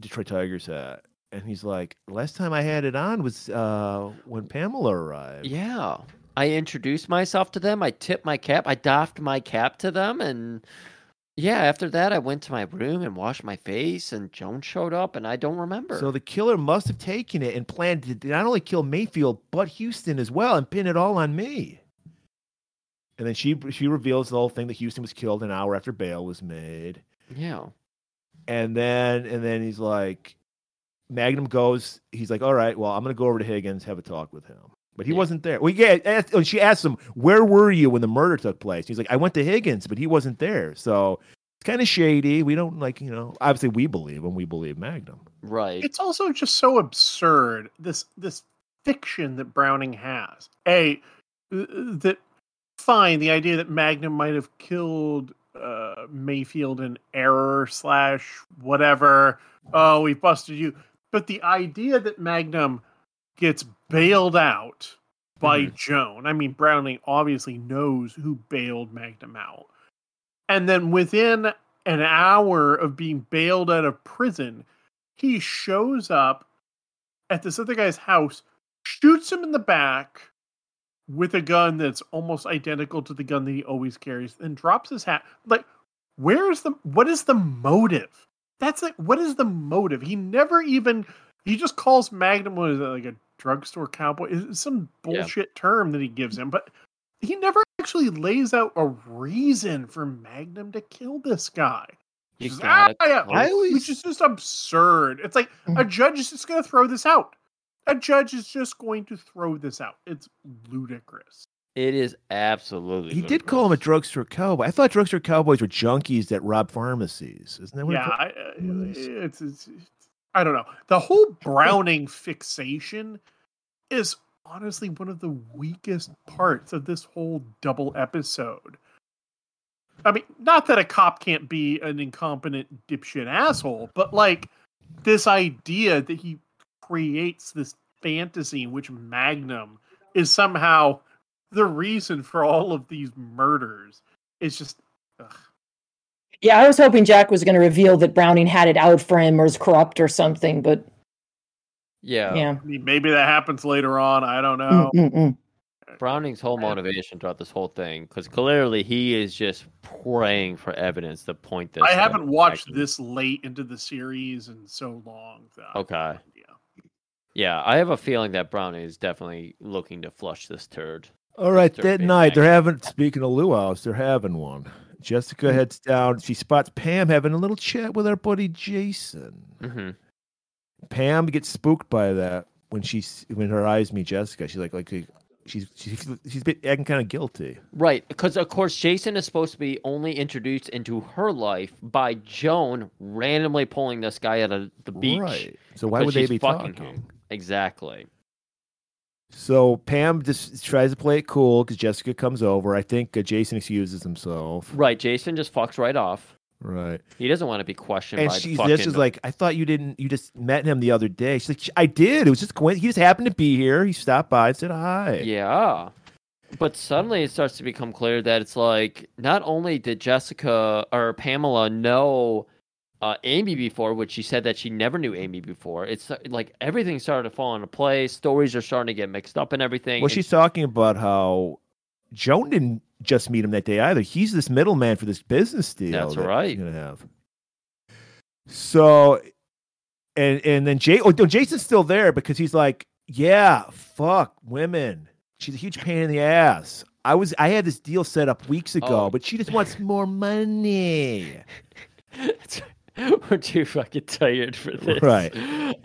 Detroit Tigers hat? And he's like, last time I had it on was uh, when Pamela arrived.
Yeah. I introduced myself to them. I tipped my cap. I doffed my cap to them. And yeah, after that, I went to my room and washed my face. And Joan showed up, and I don't remember.
So the killer must have taken it and planned to not only kill Mayfield but Houston as well, and pin it all on me. And then she she reveals the whole thing that Houston was killed an hour after bail was made.
yeah.
And then and then he's like, Magnum goes. He's like, all right, well, I'm gonna go over to Higgins, have a talk with him. But he
Yeah.
wasn't there. Well, yeah, asked, and she asked him, where were you when the murder took place? He's like, I went to Higgins, but he wasn't there. So it's kind of shady. We don't like, you know, obviously we believe him. We believe Magnum.
Right.
it's also just so absurd this this fiction that browning has a uh, that fine the idea that magnum might have killed uh mayfield in error slash whatever oh we busted you But the idea that Magnum gets bailed out by Joan, I mean, Browning obviously knows who bailed Magnum out. And then within an hour of being bailed out of prison, he shows up at this other guy's house, shoots him in the back with a gun that's almost identical to the gun that he always carries, then drops his hat. Like, where's the what is the motive? That's like what is the motive? He never even he just calls Magnum what is it, like a drugstore cowboy. It's some
Yeah.
bullshit term that he gives him, but he never actually lays out a reason for Magnum to kill this guy.
You
Just,
gotta
"Ah, yeah,
tell
I always- Mm.
Which is just absurd. It's like a judge is just going to throw this out. A judge is just going to throw this out. It's ludicrous.
It is absolutely.
He did call him a
ludicrous.
drugstore cowboy. I thought drugstore cowboys were junkies that rob pharmacies. Isn't that what? it
yeah, I, uh,
Ludicrous.
it's, it's, it's- I don't know. The whole Browning fixation is honestly one of the weakest parts of this whole double episode. I mean, not that a cop can't be an incompetent dipshit asshole, but like this idea that he creates this fantasy in which Magnum is somehow the reason for all of these murders is just ugh.
Yeah, I was hoping Jack was going to reveal that Browning had it out for him or is corrupt or something, but
Yeah.
yeah.
I mean, maybe that happens later on. I don't know.
Mm, mm, mm.
Browning's whole motivation throughout this whole thing, because clearly he is just praying for evidence to point this. to
I haven't watched
Magnum.
this late into the series in so long. That I have no
Okay.
idea.
Yeah, I have a feeling that Browning is definitely looking to flush this turd.
All right,
Drugstore
that
being
night they're having. Speaking of luau's, they're having one.
Hmm.
Jessica heads down. She spots Pam having a little chat with our buddy Jason.
hmm
Pam gets spooked by that when she s- when her eyes meet Jessica. She's like like she's she's she's been acting kind of guilty.
Right, because of course Jason is supposed to be only introduced into her life by Joan randomly pulling this guy out of the beach.
Right. So why
'cause
would they
she's
be
fucking
talking?
him. Exactly.
So Pam just tries to play it cool because Jessica comes over. I think uh, Jason excuses himself.
Right, Jason just fucks right off.
Right.
He doesn't want to be questioned
And
by
she's
the fucking
this is like, I thought you didn't. You just met him the other day. She's like, I did. It was just coincidence. He just happened to be here. He stopped by and said hi.
Yeah. But suddenly it starts to become clear that it's like not only did Jessica or Pamela know uh, Amy before, which she said that she never knew Amy before. It's uh, like everything started to fall into place. Stories are starting to get mixed up and everything.
Well,
and
she's talking about how Joan didn't just meet him that day either. He's this middleman for this business deal.
That's
that
right.
You're gonna have. So, and and then Jay. Oh, no, Jason's still there because he's like, yeah, fuck women. She's a huge pain in the ass. I was I had this deal set up weeks ago,
Oh.
but she just wants more money.
<laughs> We're too fucking tired for this.
Right.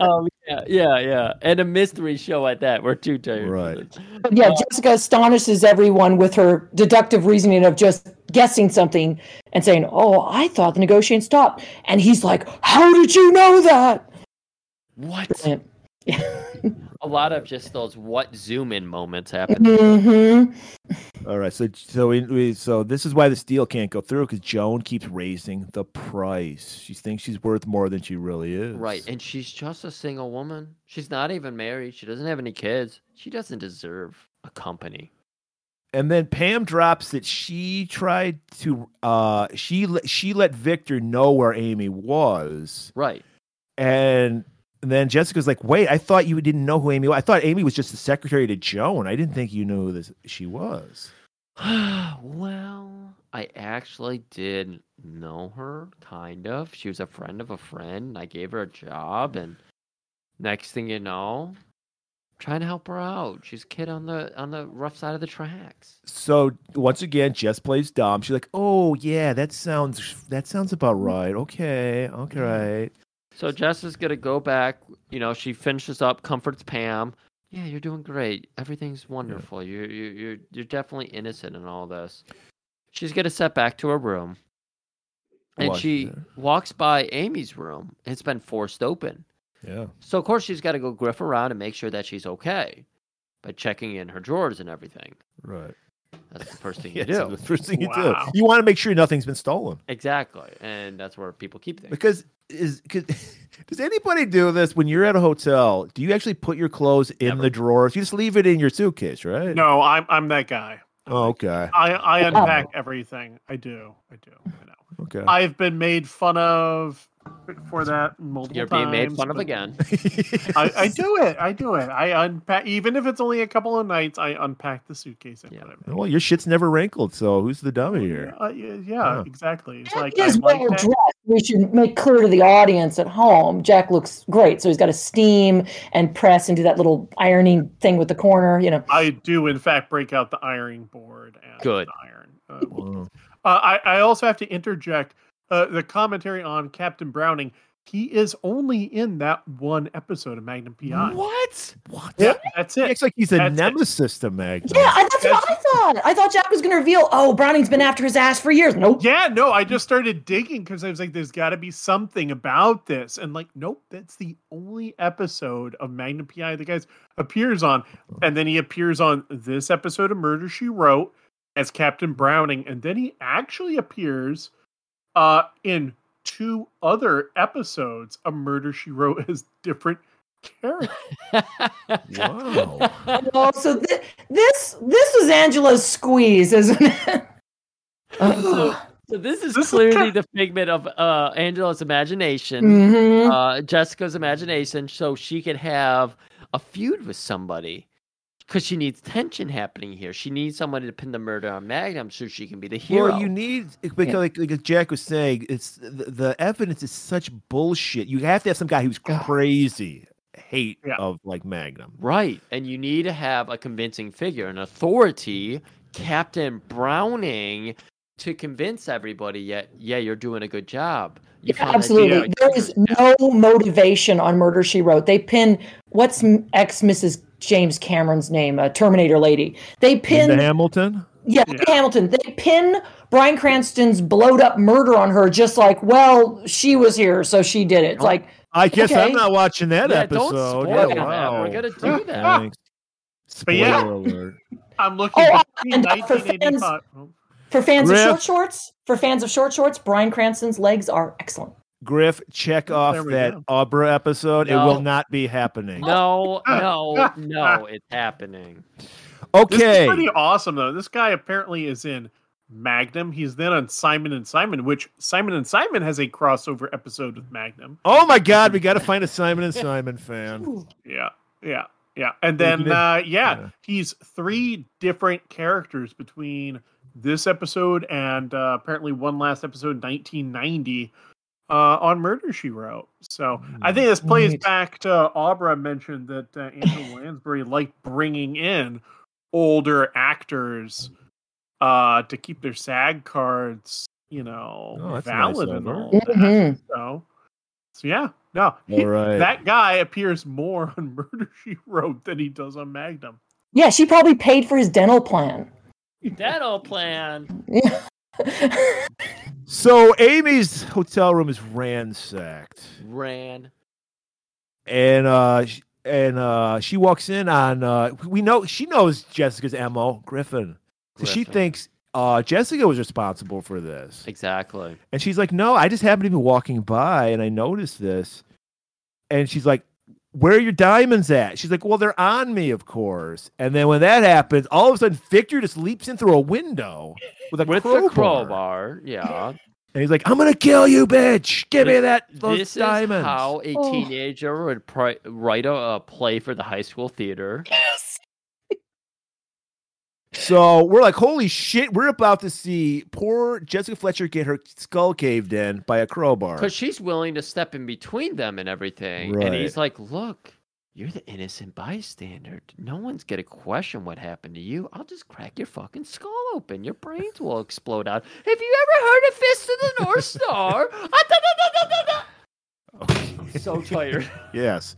Um, yeah, yeah, yeah. And a mystery show at that. We're too tired. for
Right.
this.
Oh. But yeah, Jessica astonishes everyone with her deductive reasoning of just guessing something and saying, "Oh, I thought the negotiation stopped," and he's like, "How did you know that?"
What?
Brilliant.
A lot of just those what zoom in moments happen.
Mm-hmm.
All right, so so we, we so this is why this deal can't go through because Joan keeps raising the price. She thinks she's worth more than she really is.
Right, and she's just a single woman. She's not even married. She doesn't have any kids. She doesn't deserve a company.
and then Pam drops that she tried to uh she le- she let Victor know where Amy was
Right.
and then Jessica's like, "Wait, I thought you didn't know who Amy was. I thought Amy was just the secretary to Joan. I didn't think you knew who this she was."
<sighs> well, I actually did know her, kind of. She was a friend of a friend. and I gave her a job, and next thing you know, trying to help her out. She's a kid on the on the rough side of the tracks.
So once again, Jess plays dumb. She's like, "Oh yeah, that sounds that sounds about right. Okay, okay,
Mm.
right."
So Jess is gonna go back. You know, she finishes up, comforts Pam. Yeah, you're doing great. Everything's wonderful. You're you're you're you're definitely innocent in all this. She's gonna set back to her room, and
Walks
she
there.
walks by Amy's room. It's been forced open,
Yeah.
so of course she's got to go griff around and make sure that she's okay by checking in her drawers and everything.
Right.
That's the first thing you
<laughs> Yeah,
do.
the first thing you
Wow.
do. You want to make sure nothing's been stolen
Exactly, and that's where people keep things.
because is 'cause- <laughs> does anybody do this when you're at a hotel? Do you actually put your clothes in
Never.
the drawers? You just leave it in your suitcase, right?
No, I'm I'm that guy.
Oh, okay.
I, I unpack everything. I do. I do. I know.
Okay.
I've been made fun of for that multiple
You're
times.
being made fun of
but
again.
I,
<laughs>
I do it. I do it. I unpack even if it's only a couple of nights. I unpack the suitcase and
Yeah.
put it.
<laughs>
in.
well, your shit's never wrinkled, so who's the dummy here?
Uh, yeah,
Yeah.
yeah, exactly. It's like
Jack
I
is
like
well
that.
dressed. We should make clear to the audience at home. Jack looks great, so he's got to steam and press and do that little ironing thing with the corner. You know,
I do, in fact, break out the ironing board and
Good.
the iron. Uh,
Wow.
uh, I, I also have to interject uh, the commentary on Captain Browning. He is only in that one episode of Magnum PI.
What? What?
Yeah, that's it.
It's like he's a
That's it.
nemesis to Magda.
yeah, I, that's what I thought. I thought Jack was going to reveal. Oh, Browning's been after his ass for years. Nope.
Yeah, no, I just started digging because I was like, there's got to be something about this. And like, nope, that's the only episode of Magnum PI the guys appears on. And then he appears on this episode of Murder She Wrote as Captain Browning. And then he actually appears uh, in two other episodes of Murder She Wrote as different characters.
<laughs>
Wow.
Oh, so thi- this this is Angela's squeeze, isn't it? <sighs>
so, so this is
This is
clearly
kind-
the figment of uh, Angela's imagination,
hmm
uh, Jessica's imagination, so she can have a feud with somebody. Because she needs tension happening here. She needs someone to pin the murder on Magnum so she can be the hero.
Well, you need eh, because, like, like Jack was saying, it's the, the evidence is such bullshit. You have to have some guy who's crazy hate
Yeah.
of like Magnum.
Right. And you need to have a convincing figure, an authority, Captain Browning, to convince everybody, yet, yeah, you're doing a good job. You found that
Absolutely.
dude-
There is no motivation on Murder She Wrote. They pin what's ex Mrs. James Cameron's name, uh, Terminator Lady. They pin
Linda Hamilton.
Yeah,
Yeah.
Hamilton. They pin Brian Cranston's blowed up murder on her, just like, well, she was here, so she did it. It's like,
I guess I'm
Okay.
not watching that
Yeah, don't
episode.
spoil that. We're gonna
<laughs>
do that.
Thanks. Spoiler
But yeah.
alert.
I'm looking
Oh,
between
and for fans-
1985. oh,
for fans
Griff.
of short shorts, for fans of short shorts, Brian Cranston's legs are excellent.
Griff, check off
There we
that
go.
Abra episode. It
No.
will not be happening.
No, no, no, it's happening.
This
Okay.
is pretty awesome though. This guy apparently is in Magnum. He's then on Simon and Simon, which Simon and Simon has a crossover episode with Magnum.
Oh my God, we <laughs> got to find a Simon and Simon fan.
Yeah, yeah, yeah. And
Yeah,
then
yeah.
uh, yeah,
Yeah.
he's three different characters between this episode and uh, apparently one last episode, 1990. Uh, on Murder She Wrote, so I think this plays
Right.
back to Abra mentioned that uh, Angela Lansbury liked bringing in older actors uh to keep their SAG cards, you know,
Oh, that's nice
valid
of
and
her.
all that.
Mhm.
So, so yeah, no, he-
All right.
that guy appears more <laughs> on Murder She Wrote than he does on Magnum.
Yeah, she probably paid for his dental plan. <laughs>
Dental plan.
so Amy's hotel room is ransacked,
Ran.
and uh, sh- and uh, she walks in on. Uh, we know she knows Jessica's mo Griffin, so she
Griffin.
thinks uh, Jessica was responsible for this.
Exactly.
And she's like, "No, I just happened to be walking by and I noticed this." And she's like, "Where are your diamonds at?" She's like, "Well, they're on me, of course." And then when that happens, all of a sudden Victor just leaps in through a window with a
With
crowbar.
the crowbar, <laughs> yeah.
And he's like, "I'm gonna kill you, bitch! Give me that those
this
diamonds."
is how a
Oh.
teenager would pri- write a, a play for the high school theater.
So we're like, "Holy shit! We're about to see poor Jessica Fletcher get her skull caved in by a crowbar."
because she's willing to step in between them and everything. And
Right.
he's like, "Look, you're the innocent bystander. No one's gonna question what happened to you. I'll just crack your fucking skull open. Your brains will explode out. <laughs> Have you ever heard of Fist of the North <laughs> Star? Ah, da, da, da, da, da, da." <laughs> I'm so tired.
yes.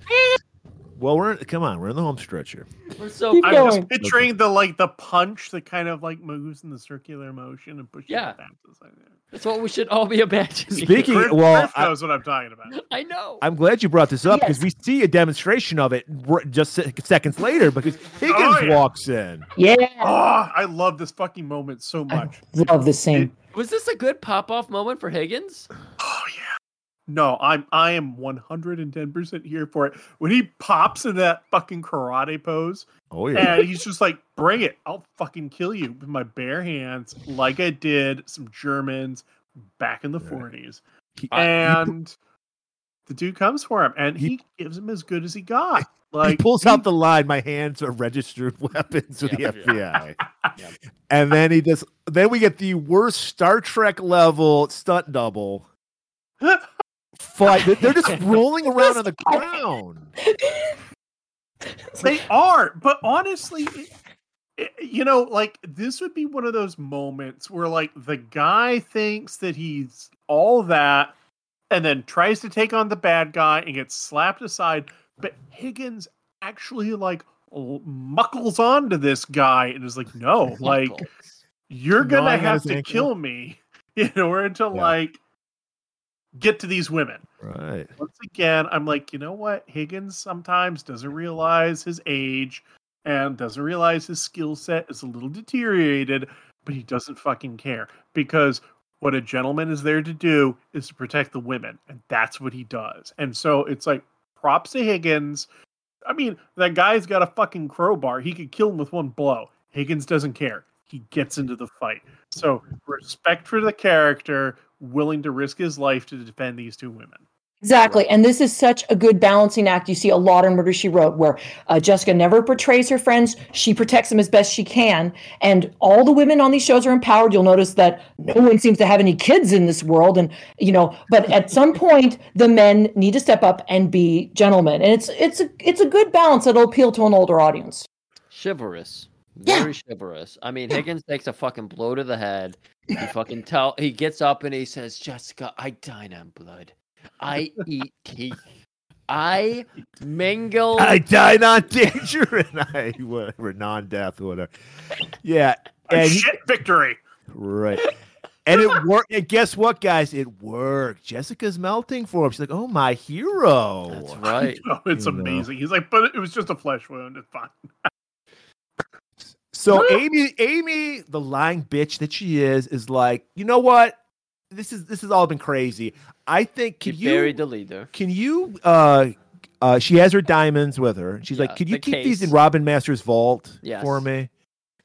Well, we're come on, we're in the home stretch here.
We're so
Keep
I-
I'm
going.
just picturing the like the punch that kind of like moves in the circular motion and pushes
Yeah.
it back to the side.
That's what we should all be imagining.
Speaking,
Griff,
well,
Griff
I,
knows what I'm talking about.
<laughs> I know.
I'm glad you brought this up because
Yes.
we see a demonstration of it r- just se- seconds later because Higgins
yeah.
walks in.
Yeah,
Oh, I love this fucking moment so much.
love this scene.
Was this a good pop off moment for Higgins?
Oh yeah. No, I'm I am 110% here for it. When he pops in that fucking karate pose
Oh yeah,
and he's just like, "Bring it. I'll fucking kill you with my bare hands like I did some Germans back in the
Right.
40s."
He- he,
And the dude comes for him and
He-
he gives him as good as he got.
<laughs> he
Like
pulls out the line. My hands are registered <laughs> weapons with
Yeah,
the
yeah.
FBI,
Yeah.
and then he just then we get the worst Star Trek level stunt double fight. They're- They're just rolling around on the ground.
They are, but honestly, it- it- you know, like this would be one of those moments where like the guy thinks that he's all that and then tries to take on the bad guy and gets slapped aside, but Higgins actually like l- muckles onto this guy and is
<laughs>
like, "No, like
Knuckles.
you're going to
Gnawing at
have
his
to
ankle.
kill me <laughs> in order to like get to these women."
Right.
once again, I'm like, you know what? Higgins sometimes doesn't realize his age and doesn't realize his skill set is a little deteriorated, but he doesn't fucking care because what a gentleman is there to do is to protect the women, and that's what he does. And so it's like props to Higgins. I mean, that guy's got a fucking crowbar. He could kill him with one blow. Higgins doesn't care. He gets into the fight. So respect for the character, willing to risk his life to defend these two women.
Exactly. And this is such a good balancing act. You see a lot in Murder She Wrote where uh, Jessica never betrays her friends. She protects them as best she can. And all the women on these shows are empowered. You'll notice that no one seems to have any kids in this world. And, you know, but at some point, the men need to step up and be gentlemen. And it's, it's, a, it's a good balance that'll appeal to an older audience.
Chivalrous.
Yeah.
Very chivalrous. I mean, Higgins takes a fucking blow to the head. He fucking tell he gets up and he says, Jessica, I dine on blood. I eat teeth. I mingle
<laughs> I died on danger, and <laughs> I whatever non-death, whatever. Yeah,
A
and he-
shit victory.
Right. And it worked. And guess what, guys? It worked. Jessica's melting for him. She's like, "Oh, my hero."
That's right.
<laughs> Oh, it's
You know.
amazing. He's like, but it was just a flesh wound. It's fine.
So Amy, Amy, the lying bitch that she is, is like, you know what? This is this has all been crazy. I think
He
can you
buried the leader.
can you uh uh she has her diamonds with her. She's
Yeah,
like, Could you
the
keep these in
case.
Robin Master's vault
Yes.
for me?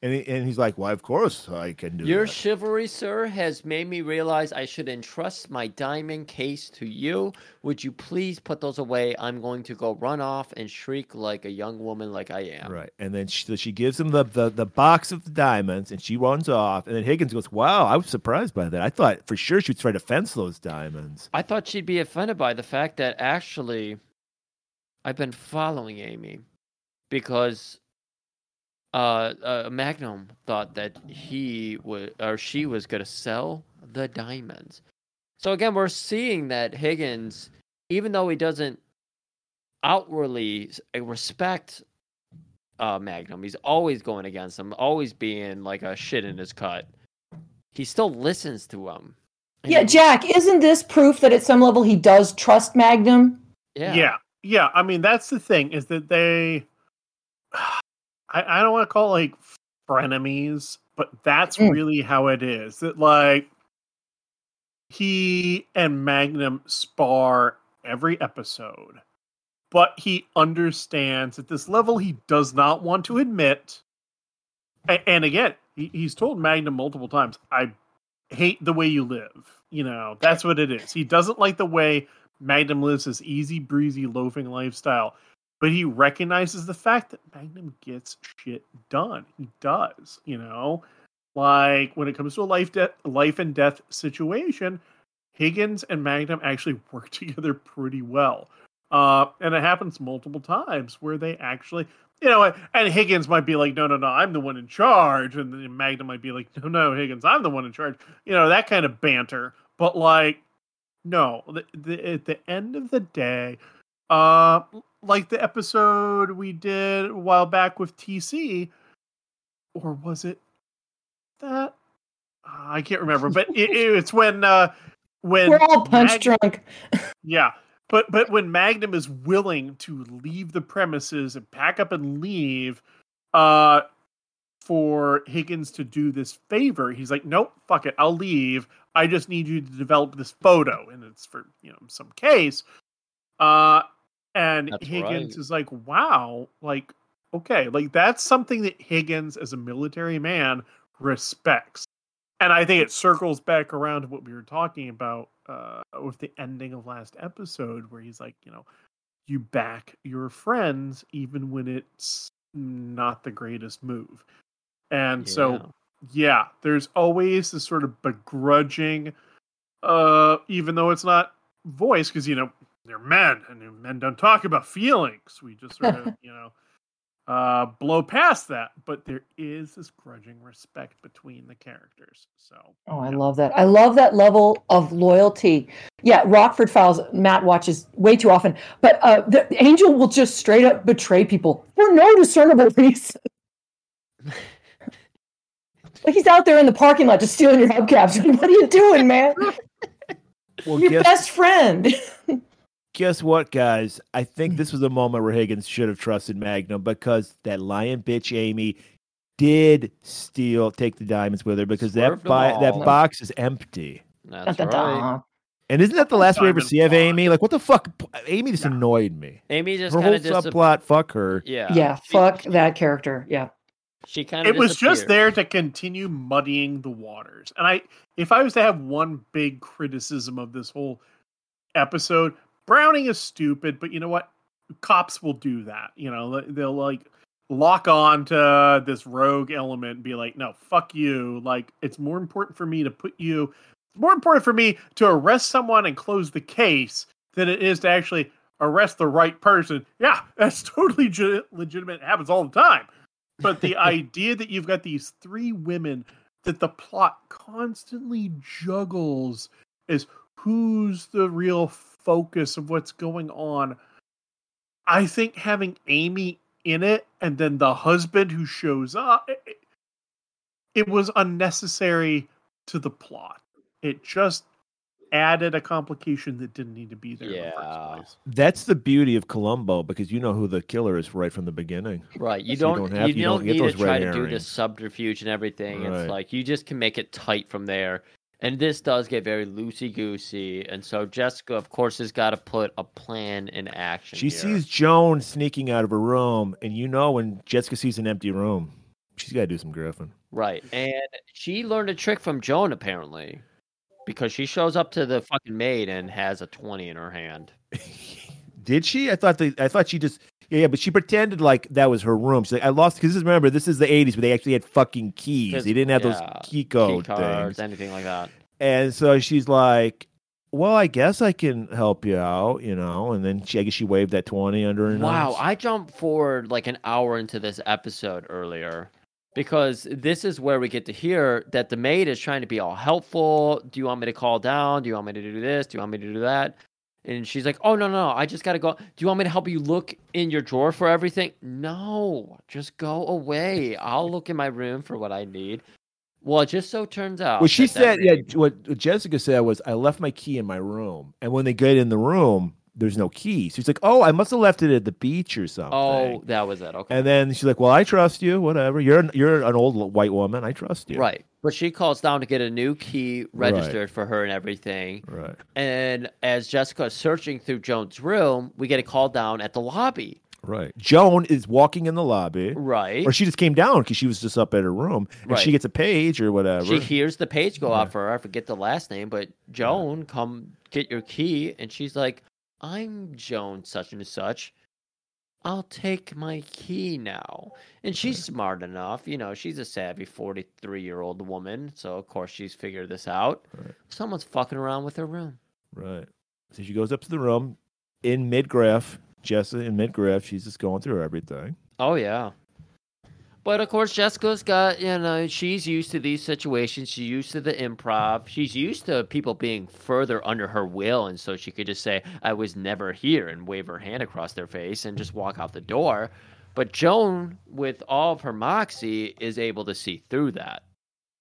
And he, and he's like, Why of course I can do
Your
that."
chivalry, sir, has made me realize I should entrust my diamond case to you. Would you please put those away? I'm going to go run off and shriek like a young woman, like I am.
Right. And then she, so she gives him the, the, the box of diamonds and she runs off. And then Higgins goes, Wow, I was surprised by that. I thought for sure she would try to fence
<laughs>
those diamonds.
I thought she'd be offended by the fact that actually I've been following Amy because uh, uh Magnum thought that he was or she was going to sell the diamonds. So again, we're seeing that Higgins, even though he doesn't outwardly s- uh, respect uh, Magnum, he's always going against him, always being like a shit in his cut. He still listens to him. And
Yeah,
he-
Jack, isn't this proof that at some level he does trust Magnum?
Yeah. yeah. I mean, that's the thing is that they, <sighs> I, I don't want to call it like frenemies, but that's
Mm.
really how it is. That like he and Magnum spar every episode, but he understands at this level he does not want to admit. And, and again, he, he's told Magnum multiple times, I hate the way you live. You know, that's what it is. He doesn't like the way Magnum lives his easy breezy loafing lifestyle, but he recognizes the fact that Magnum gets shit done. He does, you know, like when it comes to a life death, life and death situation, Higgins and Magnum actually <laughs> work together pretty well, uh, and it happens multiple times where they actually. You know, and Higgins might be like, no, no, no, I'm the one in charge. And then Magnum might be like, no, no, Higgins, I'm the one in charge. You know, that kind of banter. But like, no, the, the, at the end of the day, uh, like the episode we did a while back with TC, or was it that? I can't remember, but it, it- it's when uh, when
We're all punch
Mag-
drunk.
Yeah, but but when Magnum is willing to leave the premises and pack up and leave, uh, for Higgins to do this favor, he's like, "Nope, fuck it, I'll leave. I just need you to develop this photo, and it's for you know some case." Uh, and
That's
Higgins
right.
is like, "Wow, like okay, like that's something that Higgins as a military man respects." and I think it circles back around to what we were talking about uh, with the ending of last episode, where he's like, you know, you back your friends even when it's not the greatest move, and so yeah, there's always this sort of begrudging, uh, even though it's not voice, because you know they're men, and men don't talk about feelings. We just sort of, you know, uh, blow past that. But there is this grudging respect between the characters. So
Oh, I
yeah.
love that. I love that level of loyalty. Yeah, Rockford Files, Matt watches way too often, but uh, the Angel will just straight up betray people for no discernible <laughs> reason. like he's out there in the parking lot just stealing your hubcaps. <laughs> what are you doing, man?
Well,
Your
guess,
best friend.
guess what, guys? I think this was a moment where Higgins should have trusted Magnum because that lion bitch Amy did steal, take the diamonds with her because
Swerved
that
'em
bi- that
all.
box is empty.
That's
Dun, dun, dun.
right.
And isn't that the last we ever
Diamond
see of
plot.
Amy? Like, what the fuck? Amy just
Yeah.
annoyed me.
Amy just
her
kind
whole
of disappeared.
subplot, fuck her.
yeah.
Yeah, fuck that character. Yeah.
She kind of
it was just there to continue muddying the waters. And I, if I was to have one big criticism of this whole episode, Browning is stupid, but you know what? Cops will do that. You know, they'll like lock on to this rogue element and be like, no, fuck you. Like, it's more important for me to put you, it's more important for me to arrest someone and close the case than it is to actually arrest the right person. Yeah, <laughs> that's totally ge- legitimate. It happens all the time but the idea that you've got these three women that the plot constantly juggles is who's the real focus of what's going on i think having amy in it and then the husband who shows up it, it- it was unnecessary to the plot it just added a complication that didn't need to be there in the
Yeah.
first place
That's the beauty of Columbo because you know who the killer is right from the beginning.
Right. You
So you
don't, you
don't
don't,
have- you don't get
need to
those red
try to do
herrings.
this subterfuge and everything.
Right.
It's like you just can make it tight from there. And this does get very loosey goosey. And so Jessica, of course, has got to put a plan in action.
She
here.
sees Joan sneaking out of her room, and you know when Jessica sees an empty room, she's got to do some griffin.
Right. And she learned a trick from Joan, apparently, because she shows up to the fucking maid and has a 20 in her hand.
Did she? I thought the, I thought she just yeah, yeah, but she pretended like that was her room. She's like, I lost because remember this is the '80s where they actually had fucking keys. They didn't have
Yeah,
those key
Key
code
cards,
things.
anything like that.
And so she's like, Well, I guess I can help you out, you know. And then she, I guess she waved that twenty under her.
Wow,
nose.
I jumped forward like an hour into this episode earlier because this is where we get to hear that the maid is trying to be all helpful. Do you want me to call down? Do you want me to do this? Do you want me to do that? And she's like, "Oh no, no, I just got to go. Do you want me to help you look in your drawer for everything?" No, just go away. I'll look in my room for what I need. Well, it just so turns out.
Well, she
that that
said, yeah,
maid-
what, what Jessica said was, I left my key in my room. And when they get in the room, there's no key. She's like, oh, I must have left it at the beach or something.
Oh, that was it. Okay.
And then she's like, well, I trust you, whatever. You're an, you're an old white woman. I trust you.
Right. But she calls down to get a new key
Right.
registered for her and everything.
Right.
And as Jessica is searching through Joan's room, we get a call down at the lobby.
Right. Joan is walking in the lobby.
Right.
Or she just came down because she was just up at her room. And she
Right.
gets a page or whatever.
She hears the page go
Yeah.
off for her. I forget the last name, but Joan, come get your key. And she's like, I'm Joan such and such. I'll take my key now. And she's smart enough. You know, she's a savvy 43 year old woman. So, of course, she's figured this out.
Right.
Someone's fucking around with her room.
Right. So she goes up to the room in mid graph. Jessica in mid graph. She's just going through everything.
Oh yeah. But of course Jessica's got, you know, she's used to these situations. She's used to the improv. She's used to people being further under her will and so she could just say I was never here and wave her hand across their face and just walk out the door. But Joan with all of her moxie is able to see through that.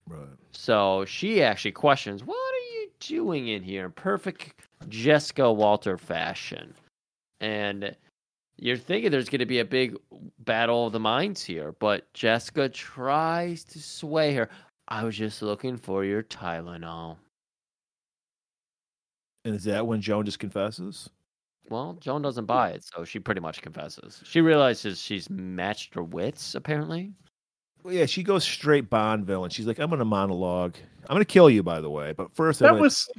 Right.
So she actually questions, "What are you doing in here?" in Perfect Jessica Walter fashion, and you're thinking there's going to be a big battle of the minds here, but Jessica tries to sway her. I was just looking for your Tylenol.
And is that when Joan just confesses?
Well, Joan doesn't buy it, so she pretty much confesses. She realizes she's matched her wits, apparently.
Well, yeah, she goes straight Bond villain. She's like, I'm going to monologue. I'm going to kill you, by the way. But first, I'm
That
gonna
was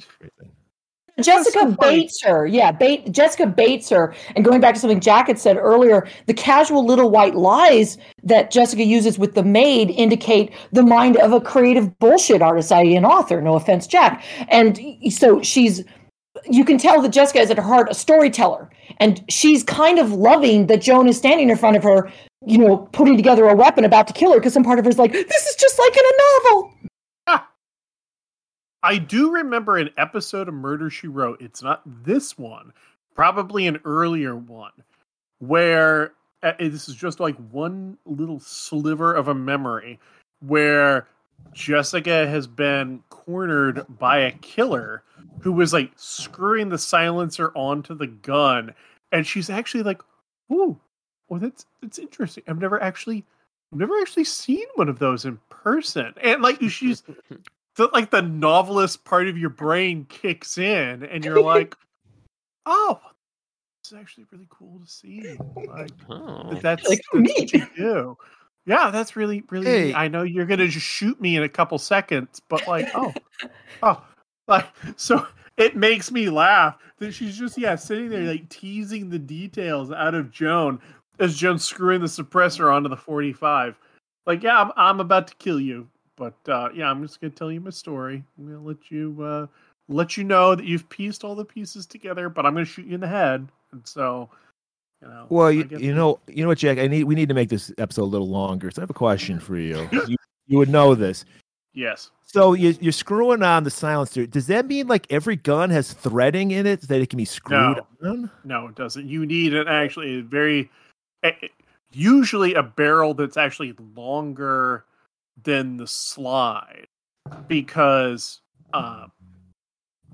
Jessica
That's the
baits her. Yeah, bait, Jessica baits her. And going back to something Jack had said earlier, the casual little white lies that Jessica uses with the maid indicate the mind of a creative bullshit artist, i.e., an author. No offense, Jack. And so she's, you can tell that Jessica is at her heart a storyteller. And she's kind of loving that Joan is standing in front of her, you know, putting together a weapon about to kill her because some part of her is like, this is just like in a novel.
I do remember an episode of Murder She Wrote. It's not this one, probably an earlier one, where uh, this is just like one little sliver of a memory where Jessica has been cornered by a killer who was like screwing the silencer onto the gun, and she's actually like, "Ooh, well that's that's interesting. I've never actually." I've never actually seen one of those in person. And like she's the, like the novelist part of your brain kicks in and you're like oh it's actually really cool to see like
<laughs> Oh.
that- that's,
Like,
that's
neat.
what you do yeah that's really really
Hey.
neat. i know you're gonna just shoot me in a couple seconds but like oh oh like <laughs> so it makes me laugh that she's just yeah sitting there like teasing the details out of joan as joan's screwing the suppressor onto the 45 like yeah i'm, I'm about to kill you but uh, yeah i'm just gonna tell you my story i'm gonna let you uh, let you know that you've pieced all the pieces together but i'm gonna shoot you in the head and so you know
Well, you,
I guess-
you know, you know what, Jack? I need we need to make this episode a little longer. So I have a question for you. you, you would know this.
yes
So you, you're screwing on the silencer. Does that mean like every gun has threading in it that it can be screwed on?
no it doesn't you need an actually a very eh, eh, usually a barrel that's actually longer than the slide because um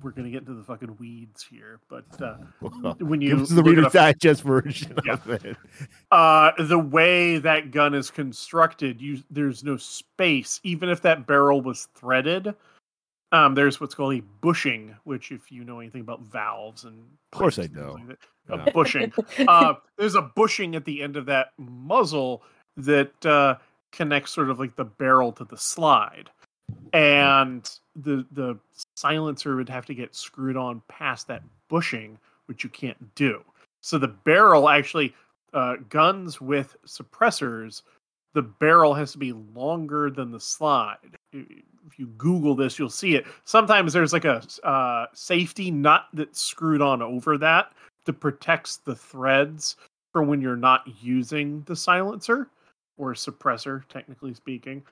we're gonna get into the fucking weeds here but uh
Well,
when you
give us the
look it
Reader's
up-
Digest version
Yeah.
of it.
uh the way that gun is constructed you there's no space even if that barrel was threaded um there's what's called a bushing which if you know anything about valves and
Of course
pipes
I
and things like that,
Yeah.
a bushing uh there's a bushing at the end of that muzzle that uh connects sort of like the barrel to the slide and the the silencer would have to get screwed on past that bushing which you can't do so the barrel actually uh, guns with suppressors, the barrel has to be longer than the slide. If you Google this, you'll see it. Sometimes there's like a uh, safety nut that's screwed on over that that protects the threads for when you're not using the silencer or suppressor, technically speaking.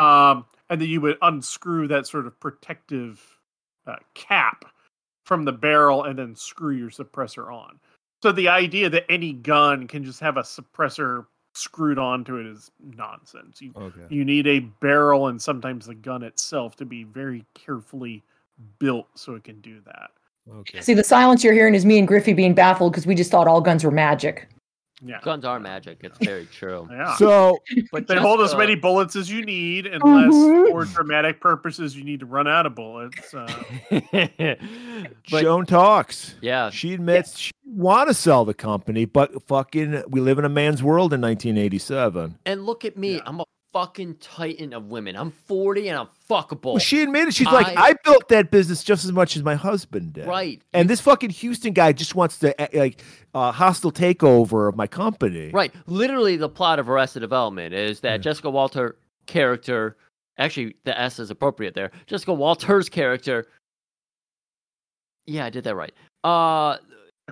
Um, and then you would unscrew that sort of protective uh, cap from the barrel and then screw your suppressor on. So the idea that any gun can just have a suppressor screwed onto it is nonsense. You
Okay.
you need a barrel and sometimes the gun itself to be very carefully built so it can do that.
Okay.
See, the silence you're hearing is me and Griffey being baffled because we just thought all guns were magic.
Yeah.
Guns are magic. It's very
<laughs>
true.
Yeah.
So uh,
But
they hold as
Jessica-
many bullets as you need, unless
Mm-hmm.
Mhm.
for dramatic purposes you need to run out of bullets.
<laughs>
Uh,
but,
Joan talks.
<laughs> yeah,
She admits she want to sell the company, but fucking, we live in a man's world in 1987.
and look at me.
Yeah.
I'm a fucking titan of women. I'm 40 and I'm fuckable.
Well, she admitted she's like,
I-
I built that business just as much as my husband did.
right.
And this fucking Houston guy just wants to uh, like uh, hostile takeover of my company.
Right. Literally, the plot of Arrested Development is that
Hmm.
Yeah.
Jessica Walter character, actually, the S is appropriate there. Jessica Walter's character. Yeah, I did that right. Uh,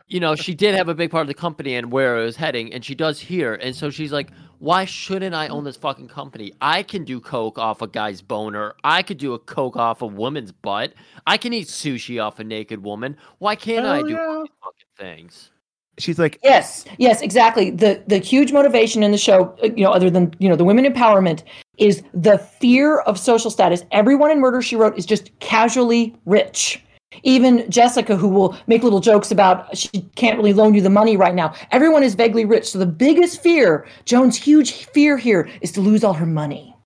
you know, she did have a big part of the company and where it was heading, and she does here. And so she's like, why shouldn't I own this fucking company? I can do coke off a guy's boner. I could do a coke off a woman's butt. I can eat sushi off a naked woman. Why can't I
Hell
do
yeah.
all these fucking things?
She's like,
Yes, yes, exactly. The the huge motivation in the show, uh, you know, other than you know the women empowerment, is the fear of social status. Everyone in Murder She Wrote is just casually rich. Even Jessica, who will make little jokes about she can't really loan you the money right now. Everyone is vaguely rich. So the biggest fear, Joan's huge fear here, is to lose all her money.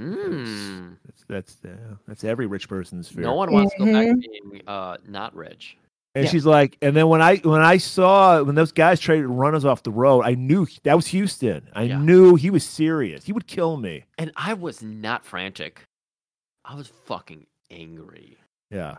Hmm.
That's that's, uh, that's every rich person's fear.
No one wants to go back to being uh, not rich.
And
Yeah.
she's like, and then when I when I saw when those guys traded runners off the road, I knew that was Houston. I
Yeah.
knew he was serious. He would kill me.
And I was not frantic. I was fucking angry.
Yeah.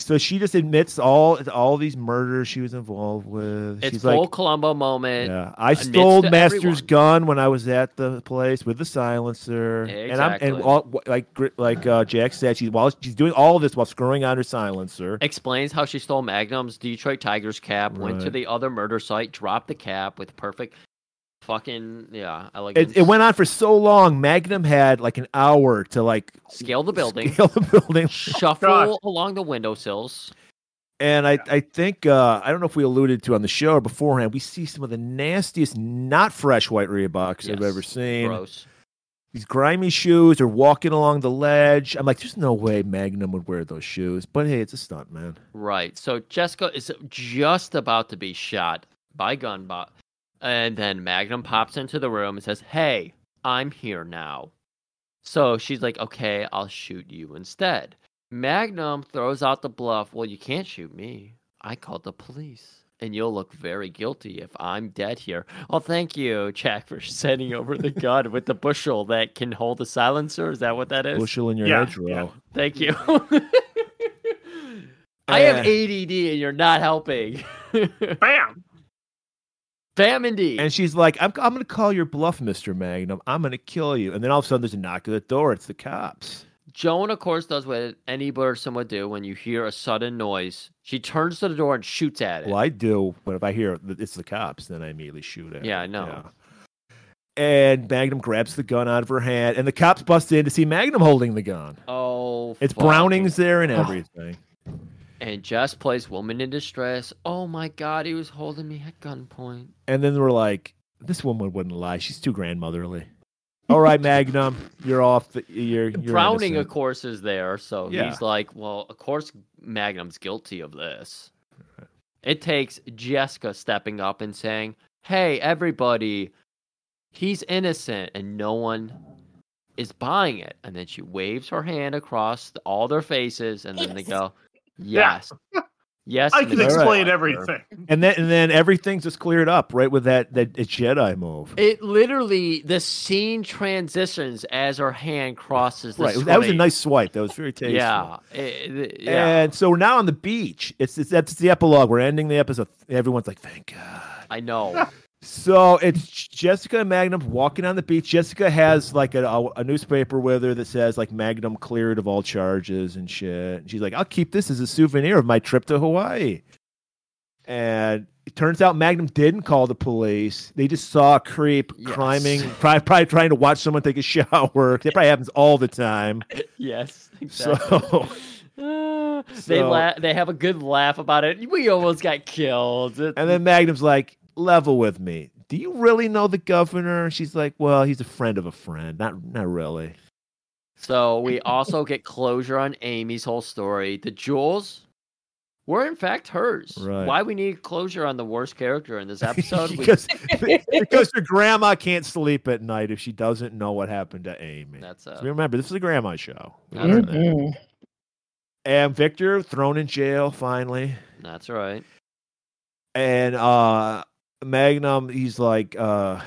So she just admits all all these murders she was involved with.
It's
she's
full
like,
Columbo moment.
yeah, I
admits
stole
to
Master's
everyone."
gun when I was at the place with the silencer, and I'm and
Exactly.
all, wh- like gr- like uh, Jack said, she's while she's doing all of this while screwing on her silencer.
Explains how she stole Magnum's Detroit Tigers cap, went to
Right.
the other murder site, dropped the cap with perfect fucking yeah, elegance.
It, it went on for so long. Magnum had like an hour to like
scale
<laughs>
the building,
scale the building.
shuffle
Gosh.
along the windowsills.
And I, I think uh, I don't know if we alluded to on the show or beforehand. We see some of the nastiest, not fresh white Reeboks I've ever
Yes,
seen.
Gross.
These grimy shoes are walking along the ledge. I'm like, there's no way Magnum would wear those shoes. But hey, it's a stunt, man.
Right. So Jessica is just about to be shot by Gunbot. And then Magnum pops into the room and says, Hey, I'm here now. So she's like, Okay, I'll shoot you instead. Magnum throws out the bluff. Well, you can't shoot me. I called the police. And you'll look very guilty if I'm dead here. Oh, thank you, Jack, for <laughs> sending over the gun with the bushel that can hold the silencer. Is that what that is?
Bushel in your
Yeah,
hedge row.
yeah.
Thank you. <laughs> I have
Eh.
ADD and you're not helping. <laughs>
Bam!
Bam indeed.
And she's like, I'm, I'm going to call your bluff, Mr. Magnum. I'm going to kill you. And then all of a sudden, there's a knock at the door. It's the cops.
Joan, of course, does what any person would do when you hear a sudden noise. She turns to the door and shoots at it.
Well, I do, but if I hear that it's the cops, then I immediately shoot it.
Yeah, I know.
And Magnum grabs the gun out of her hand, and the cops bust in to see Magnum holding the gun.
Oh,
It's
fuck.
Browning's there and
Oh.
everything.
And Jess plays Woman in Distress. Oh my God, he was holding me at gunpoint.
And then we're like, this woman wouldn't lie. She's too grandmotherly. All right, Magnum, you're off. The, you're, you're
Browning,
innocent.
of course, is there. So
Yeah.
he's like, well, of course, Magnum's guilty of
<laughs>
this. It takes Jessica stepping up and saying, hey, everybody, he's innocent, and no one is buying it. And then she waves her hand across th- all their faces, and then they
Yes.
go,
Yeah.
yes. Yes,
I
Mr.
can
All right.
explain
Walker."
everything.
And then and then everything's just cleared up right with that that Jedi move.
It literally, the scene transitions as her hand crosses the
right, that was a
screen.
nice swipe. That was very tasteful.
<laughs> Yeah, it- it- yeah.
And so we're now on the beach. It's, it's that's the epilogue. We're ending the episode. Everyone's like, thank God.
I know.
So it's Jessica and Magnum walking on the beach. Jessica has like a, a, a newspaper with her that says like Magnum cleared of all charges and shit. And she's like, I'll keep this as a souvenir of my trip to Hawaii. And it turns out Magnum didn't call the police. They just saw a creep
Yes.
climbing, probably, probably trying to watch someone take a shower. <laughs> That probably happens all
<laughs>
the time.
Yes.
<laughs> So-
Exactly. <laughs> Uh, they
So-
la- they have a good laugh about it. We almost got killed. It-
And then Magnum's like, level with me. Do you really know the governor? She's like, well, he's a friend of a friend. Not, not really.
<laughs> so we also get closure on Amy's whole story. The jewels were in fact hers.
Right.
Why we need closure on the worst character
<laughs>
in this episode? we-
because, because your grandma can't sleep at night if she doesn't know what happened to
<laughs>
Amy.
that's uh, a
So remember, this is a grandma show. We
I don't
learned that.
Mm-hmm.
And Victor thrown in jail finally.
that's right.
And uh Magnum, he's like, uh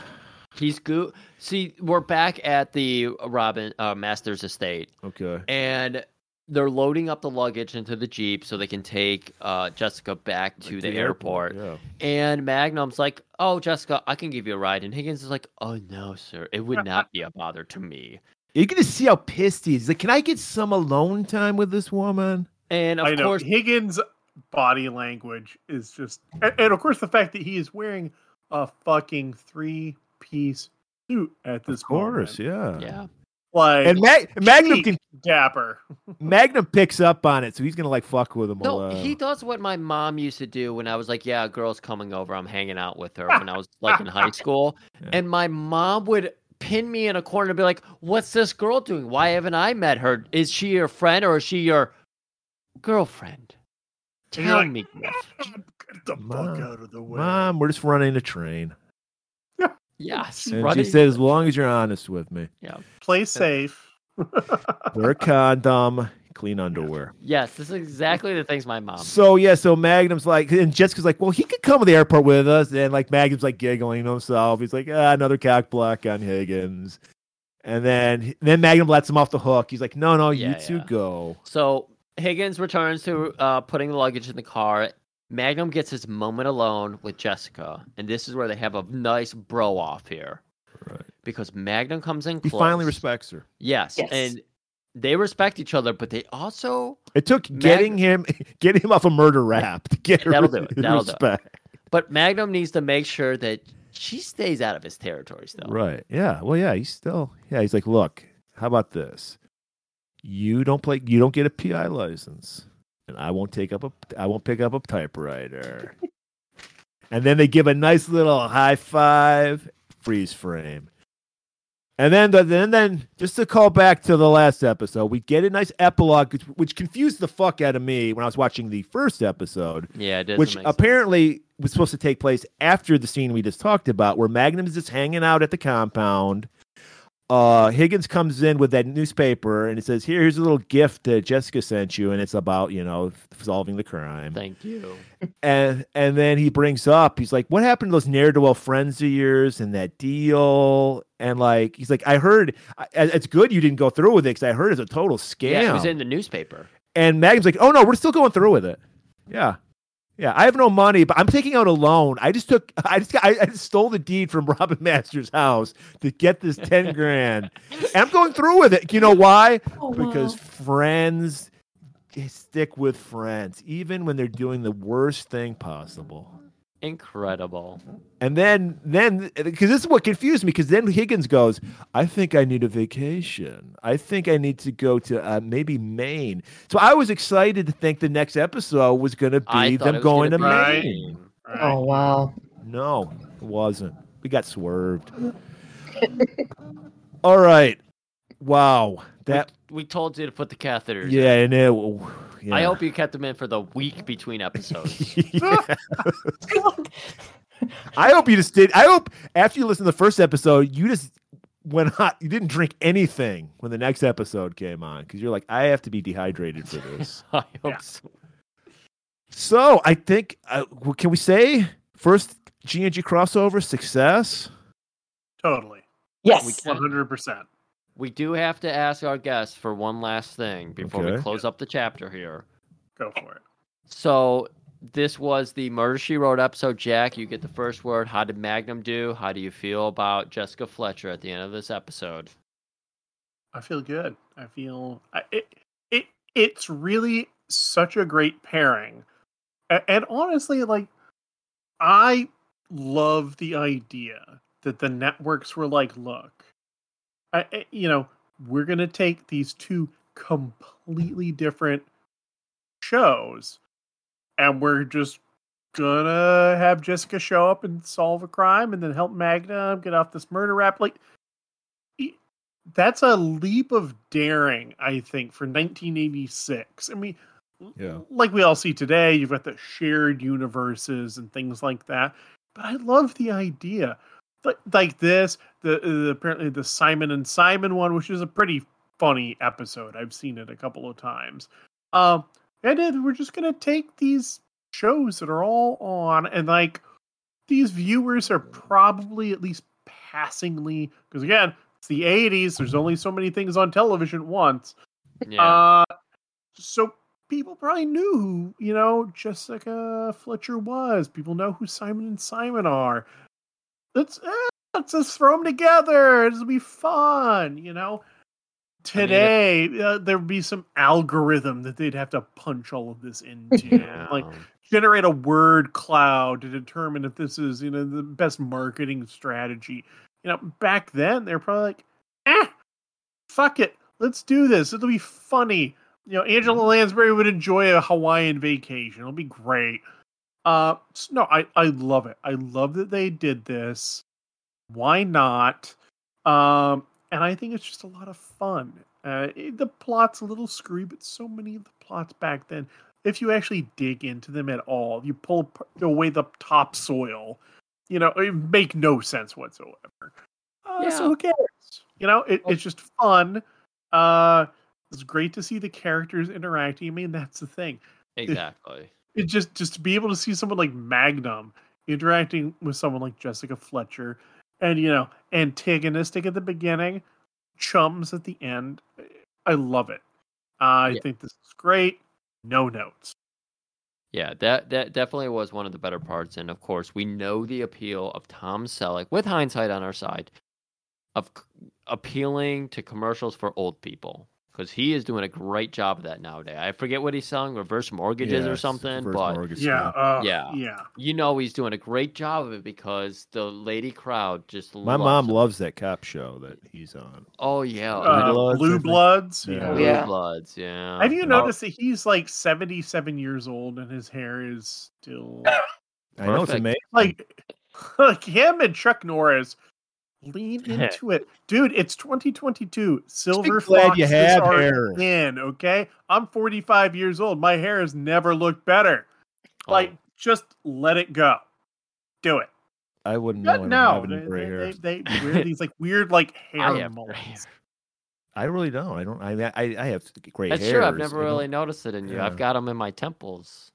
He's good. See, we're back at the Robin uh, Masters estate.
okay.
and they're loading up the luggage into the jeep so they can take uh, Jessica back to
Like
the, airport.
Yeah.
And Magnum's like, "Oh, Jessica, I can give you a ride." And Higgins is like, "Oh no, sir, it would not be a bother to me."
You can just see how pissed he is. He's like, can I get some alone time with this woman?
And of
I know
course,
Higgins' body language is just, and, and of course the fact that he is wearing a fucking three-piece suit at this
of course,
moment.
yeah.
yeah,
like
And Mag- Magnum
chic
can,
dapper. <laughs>
Magnum picks up on it, so he's gonna like fuck with him. a
no,
lot.
he does what my mom used to do when I was like,
<laughs>
"Yeah, a girl's coming over, I'm hanging out with her." When I was like in high school,
Yeah.
and my mom would pin me in a corner and be like, "What's this girl doing? Why haven't I met her? Is she your friend or is she your girlfriend?"
And you're
Tell
like,
me,
<laughs>
Griff.
Get the fuck
Mom.
out of the way.
Mom, we're just running a train.
Yes,
And
running-
she said, as long as you're honest with me,
Play safe.
<laughs>
wear a condom, clean underwear.
"Yes, Um, this is exactly the things my mom."
So yeah, so Magnum's like, and Jessica's like, well, he could come to the airport with us, and like Magnum's like giggling to himself. He's like, ah, another cock block on Higgins, and then then Magnum lets him off the hook. He's like, no, no, you
Yeah,
two
yeah.
go.
So Higgins returns to uh, putting the luggage in the car. Magnum gets his moment alone with Jessica, and this is where they have a nice bro off here.
Right.
Because Magnum comes in
He
close.
finally respects her.
Yes,
Yes.
and they respect each other, but they also.
It took
Mag-
getting him <laughs> getting him off a murder rap to get her
That'll do
<laughs>
it.
his
That'll do it.
respect.
But Magnum needs to make sure that she stays out of his territory still.
Right. Yeah. Well, yeah, he's still yeah, he's like, "Look, how about this? You don't play you don't get a PI license and I won't take up a I won't pick up a typewriter." and then they give a nice little high five freeze frame. And then, the, then, then, just to call back to the last episode, we get a nice epilogue, which, which confused the fuck out of me when I was watching the first episode,
Yeah, it doesn't
which
make sense.
apparently was supposed to take place after the scene we just talked about, where Magnum is just hanging out at the compound. Uh, Higgins comes in with that newspaper and it says, "Here, here's a little gift that Jessica sent you, and it's about you know solving the crime."
Thank you.
And and then he brings up, he's like, "What happened to those ne'er do well friends of yours and that deal?" And like, he's like, "I heard I, it's good you didn't go through with it because I heard it's a total scam."
Yeah, it was in the newspaper.
And Magnum's like, oh no, we're still going through with it. Yeah. Yeah. I have no money, but I'm taking out a loan. I just took, <laughs> I just, got, I, I just stole the deed from <laughs> Robin Masters' house to get this
<laughs>
10 grand. And I'm going through with it. You know why?
Oh,
Because
wow.
friends stick with friends, even when they're doing the worst thing possible.
Incredible.
And then, then, because this is what confused me. Because then Higgins goes, "I think I need a vacation. I think I need to go to uh, maybe Maine." So I was excited to think the next episode was going to
I
be
thought it
them
was
going to
gonna
be- Right.
be-
Maine.
Oh wow.
No, it wasn't. We got swerved. <laughs> All right. Wow. That.
we, we told you to put the catheters. in.
Yeah, and it. Yeah.
I hope you kept them in for the week between episodes.
<laughs> Yeah. I hope you just did. I hope after you listen to the first episode, you just went hot. You didn't drink anything when the next episode came on because you're like, I have to be dehydrated for this.
<laughs> I hope
Yeah.
so.
so I think, uh, what can we say? First G and G crossover success.
Totally.
We
Yes.
can-
100%.
We do have to ask our guests for one last thing before we
Okay.
close up the chapter here.
Go for it.
So this was the Murder She Wrote episode. Jack, you get the first word. How did Magnum do? How do you feel about Jessica Fletcher at the end of this episode?
I feel good. I feel I, it, it. It's really such a great pairing, and, and honestly, like I love the idea that the networks were like, look, I, I- you know, we're gonna take these two completely different shows, and we're just gonna have Jessica show up and solve a crime, and then help Magnum get off this murder rap. Like that's a leap of daring, I think, for 1986. I mean,
Yeah.
like we all see today, you've got the shared universes and things like that. But I love the idea, like, like this. The, the apparently the Simon and Simon one, which is a pretty funny episode. I've seen it a couple of times. Um, and then we're just gonna take these shows that are all on and like these viewers are probably at least passingly because again it's the 80s there's only so many things on television at once
Yeah.
uh so people probably knew who you know jessica fletcher was people know who simon and simon are let's eh, let's just throw them together it'll be fun you know today uh, there'd be some algorithm that they'd have to punch all of this into like
Um,
generate a word cloud to determine if this is you know the best marketing strategy you know back then they're probably like eh, fuck it let's do this it'll be funny you know angela lansbury would enjoy a hawaiian vacation it'll be great uh s- no i i love it i love that they did this why not Um, and I think it's just a lot of fun. Uh, it- the plot's a little screwy, but so many of the plots back then, if you actually dig into them at all, you pull p- away the topsoil, you know, it make no sense whatsoever. Uh, So
Yeah.
who cares? You know, it, it's just fun. Uh, it's great to see the characters interacting. I mean, that's the thing.
Exactly.
It just just to be able to see someone like Magnum interacting with someone like Jessica Fletcher, and you know, antagonistic at the beginning, chums at the end. I love it. I
Yeah.
think this is great. No notes.
Yeah, that that definitely was one of the better parts. And of course, we know the appeal of Tom Selleck, with hindsight on our side, of c- appealing to commercials for old people because he is doing a great job of that nowadays. I forget what he's selling, reverse mortgages or
Yes,
something,
reverse
but
mortgage
Yeah,
stuff.
uh,
Yeah.
yeah.
you know he's doing a great job of it because the lady crowd just
My
loves
mom
him.
loves that cop show that he's on.
Oh yeah,
Uh,
Bloods, I
Blue
think.
Bloods.
Yeah.
Oh, Yeah.
Blue
Yeah.
Bloods. Yeah.
Have you
Oh,
noticed that he's like seventy-seven years old and his hair is still
I know it's
Perfect.
amazing.
like like him and Chuck Norris
<laughs>
lean into it, dude. It's 2022. Silver
Just be glad you
foxes
have
are
hair.
in. Okay, I'm 45 years old. My hair has never looked better.
oh,
Like, just let it go. Do it.
I wouldn't know. I
But
don't
no,
have
they,
any gray hair.
they, they,
<laughs>
they wear these like weird like
I
hair
have gray hair.
molds.
I really don't. I don't. I mean, I, I have gray hair.
That's true. I've never really noticed it in you.
Yeah.
I've got them in my temples.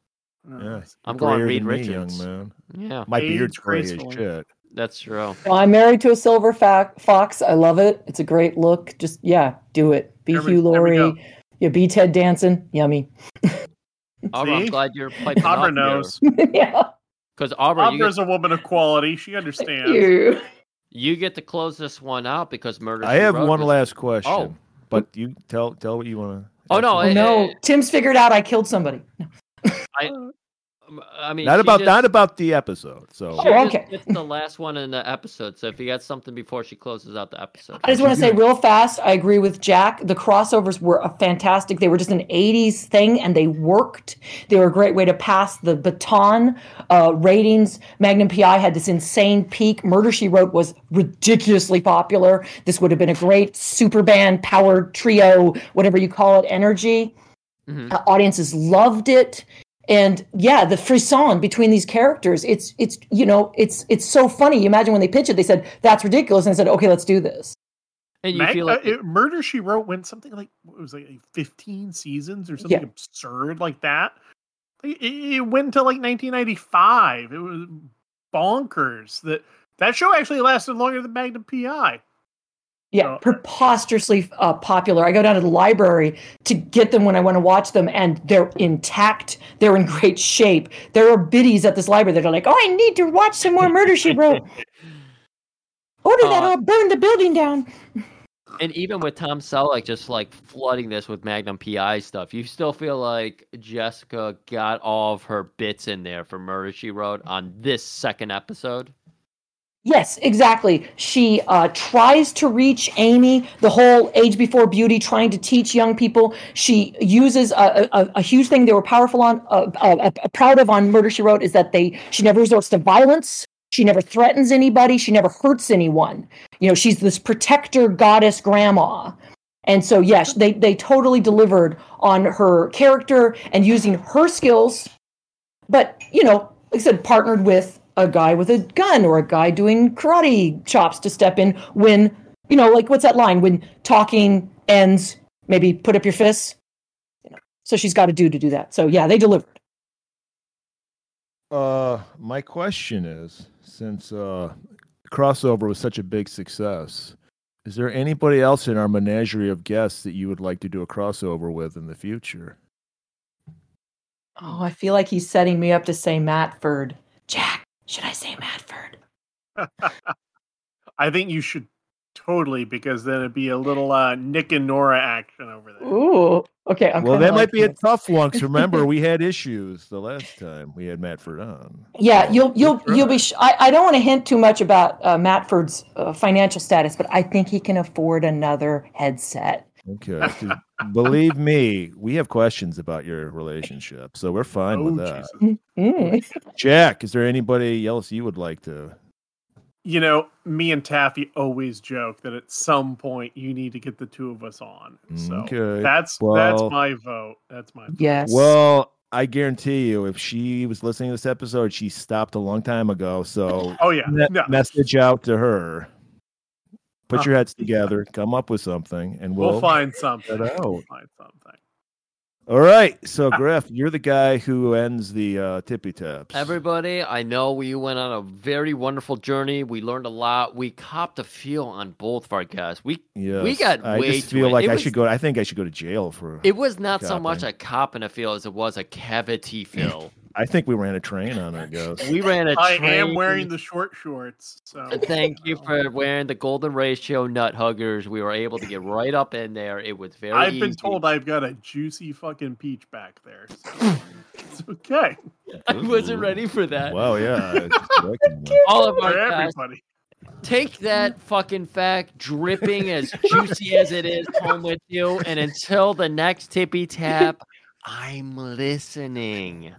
Oh,
Yeah,
I'm
you're
going
grayer
Reed
than me, young
Richards.
man.
Yeah,
My
Age
beard's gray as
gracefully.
shit.
that's true.
So I'm married to a silver fa- fox. I love it. It's a great look. Just yeah, do it. Be
There we-
Hugh
there we
Laurie. Yeah, be Ted Danson. Yummy. <laughs>
Aubrey, I'm
See?
glad you're piping
Aubrey
up
knows.
yeah.
Because Aubrey, you
Aubrey's
get,
a woman of quality. She
Thank <laughs>
understands.
you.
you get to close this one out because murder.
I
She
have
Wrote
one
was-
last question.
Oh.
But you tell tell what you want to.
Oh no,
Oh,
I-
no, Tim's figured out I killed somebody. No.
I mean,
Not
she
about
just,
not about the episode. So
She
Oh,
just
okay.
gets the last one in the episode. So if you got something before she closes out the episode,
I just want to say real fast, I agree with Jack. The crossovers were a fantastic. They were just an 80s thing and they worked. They were a great way to pass the baton. Uh, ratings, Magnum PI had this insane peak. Murder She Wrote was ridiculously popular. This would have been a great super band, power trio, whatever you call it, energy.
Mhm.
Uh, audiences loved it and yeah the frisson between these characters it's it's you know it's it's so funny you imagine when they pitched it they said that's ridiculous and they said okay let's do this
and you
Mag-
feel like
uh, it- Murder She Wrote went something like what was it, like 15 seasons or something
Yeah.
absurd like that. It, it- it went to like 1995. It was bonkers that that show actually lasted longer than Magnum PI.
yeah
Oh.
preposterously uh, popular i go down to the library to get them when i want to watch them and they're intact they're in great shape there are biddies at this library that are like oh i need to watch some more murder she wrote order that
Uh,
i'll burn the building down
and even with Tom Selleck just like flooding this with Magnum PI stuff, you still feel like Jessica got all of her bits in there for Murder She Wrote on this second episode.
Yes, exactly. She uh, tries to reach Amy, the whole age before beauty, trying to teach young people. She uses a, a, a huge thing they were powerful on, uh, uh, uh, proud of on Murder She Wrote, is that they she never resorts to violence. She never threatens anybody. She never hurts anyone. You know, she's this protector goddess grandma. And so, yes, they they totally delivered on her character and using her skills but you know like i said partnered with a guy with a gun or a guy doing karate chops to step in when you know like what's that line when talking ends maybe put up your fists you know so she's got a dude to do that so yeah they delivered
Oh.
Uh, my question is, since uh, crossover was such a big success, is there anybody else in our menagerie of guests that you would like to do a crossover with in the future?
oh i feel like he's setting me up to say matford jack should i say matford
I think you should totally because then it'd be a little uh, Nick and Nora action over there.
ooh okay I'm
well,
kinda
that might
liking
be a
it.
tough one. 'cause remember, we
<laughs>
had issues the last time we had Matford on.
yeah
So,
you'll
good
you'll you'll
try.
be sh- I, I don't want to hint too much about uh, matford's uh, financial status but i think he can afford another headset
Okay. 'cause Believe me, we have questions about your relationship, so we're fine
Oh,
with that.
Jesus.
Mm.
Jack, is there anybody else you would like to
you know, me and Taffy always joke that at some point you need to get the two of us on. So
Okay.
that's that's
Well-
my vote. That's my vote.
Yes.
Well, I guarantee you, if she was listening to this episode, she stopped a long time
<laughs>
ago. So
Oh yeah,
me-
no,
message out to her. Put
Huh.
Uh,
your heads together, come up with something, and
we'll,
we'll,
find something.
that out.
We'll find something.
All right. So,
Uh,
Griff, you're the guy who ends the uh, tippy taps.
Everybody, I know we went on a very wonderful journey. We learned a lot. We copped a feel on both of our guests. We
Yes.
got
I
way
just
too
feel
in-
like
it
I
was-
should go. I think I should go to jail for.
it was not so
Copping.
much a cop and a feel as it was a cavity feel.
I think we ran a train on it,
<laughs>
guys.
we ran a
I am
train-
wearing the short shorts. So
<laughs> Thank you
<laughs>
for wearing the golden ratio nut huggers. We were able to get right up in there. It was very.
I've been
easy.
told I've got a juicy fucking peach back there. So <laughs> it's okay
<laughs> I wasn't ready for that.
Wow. Yeah. I just
<laughs>
reckoned that.
All of our
for
guests
everybody.
take that fucking fact dripping as juicy as it is home with you and until the next tippy tap i'm listening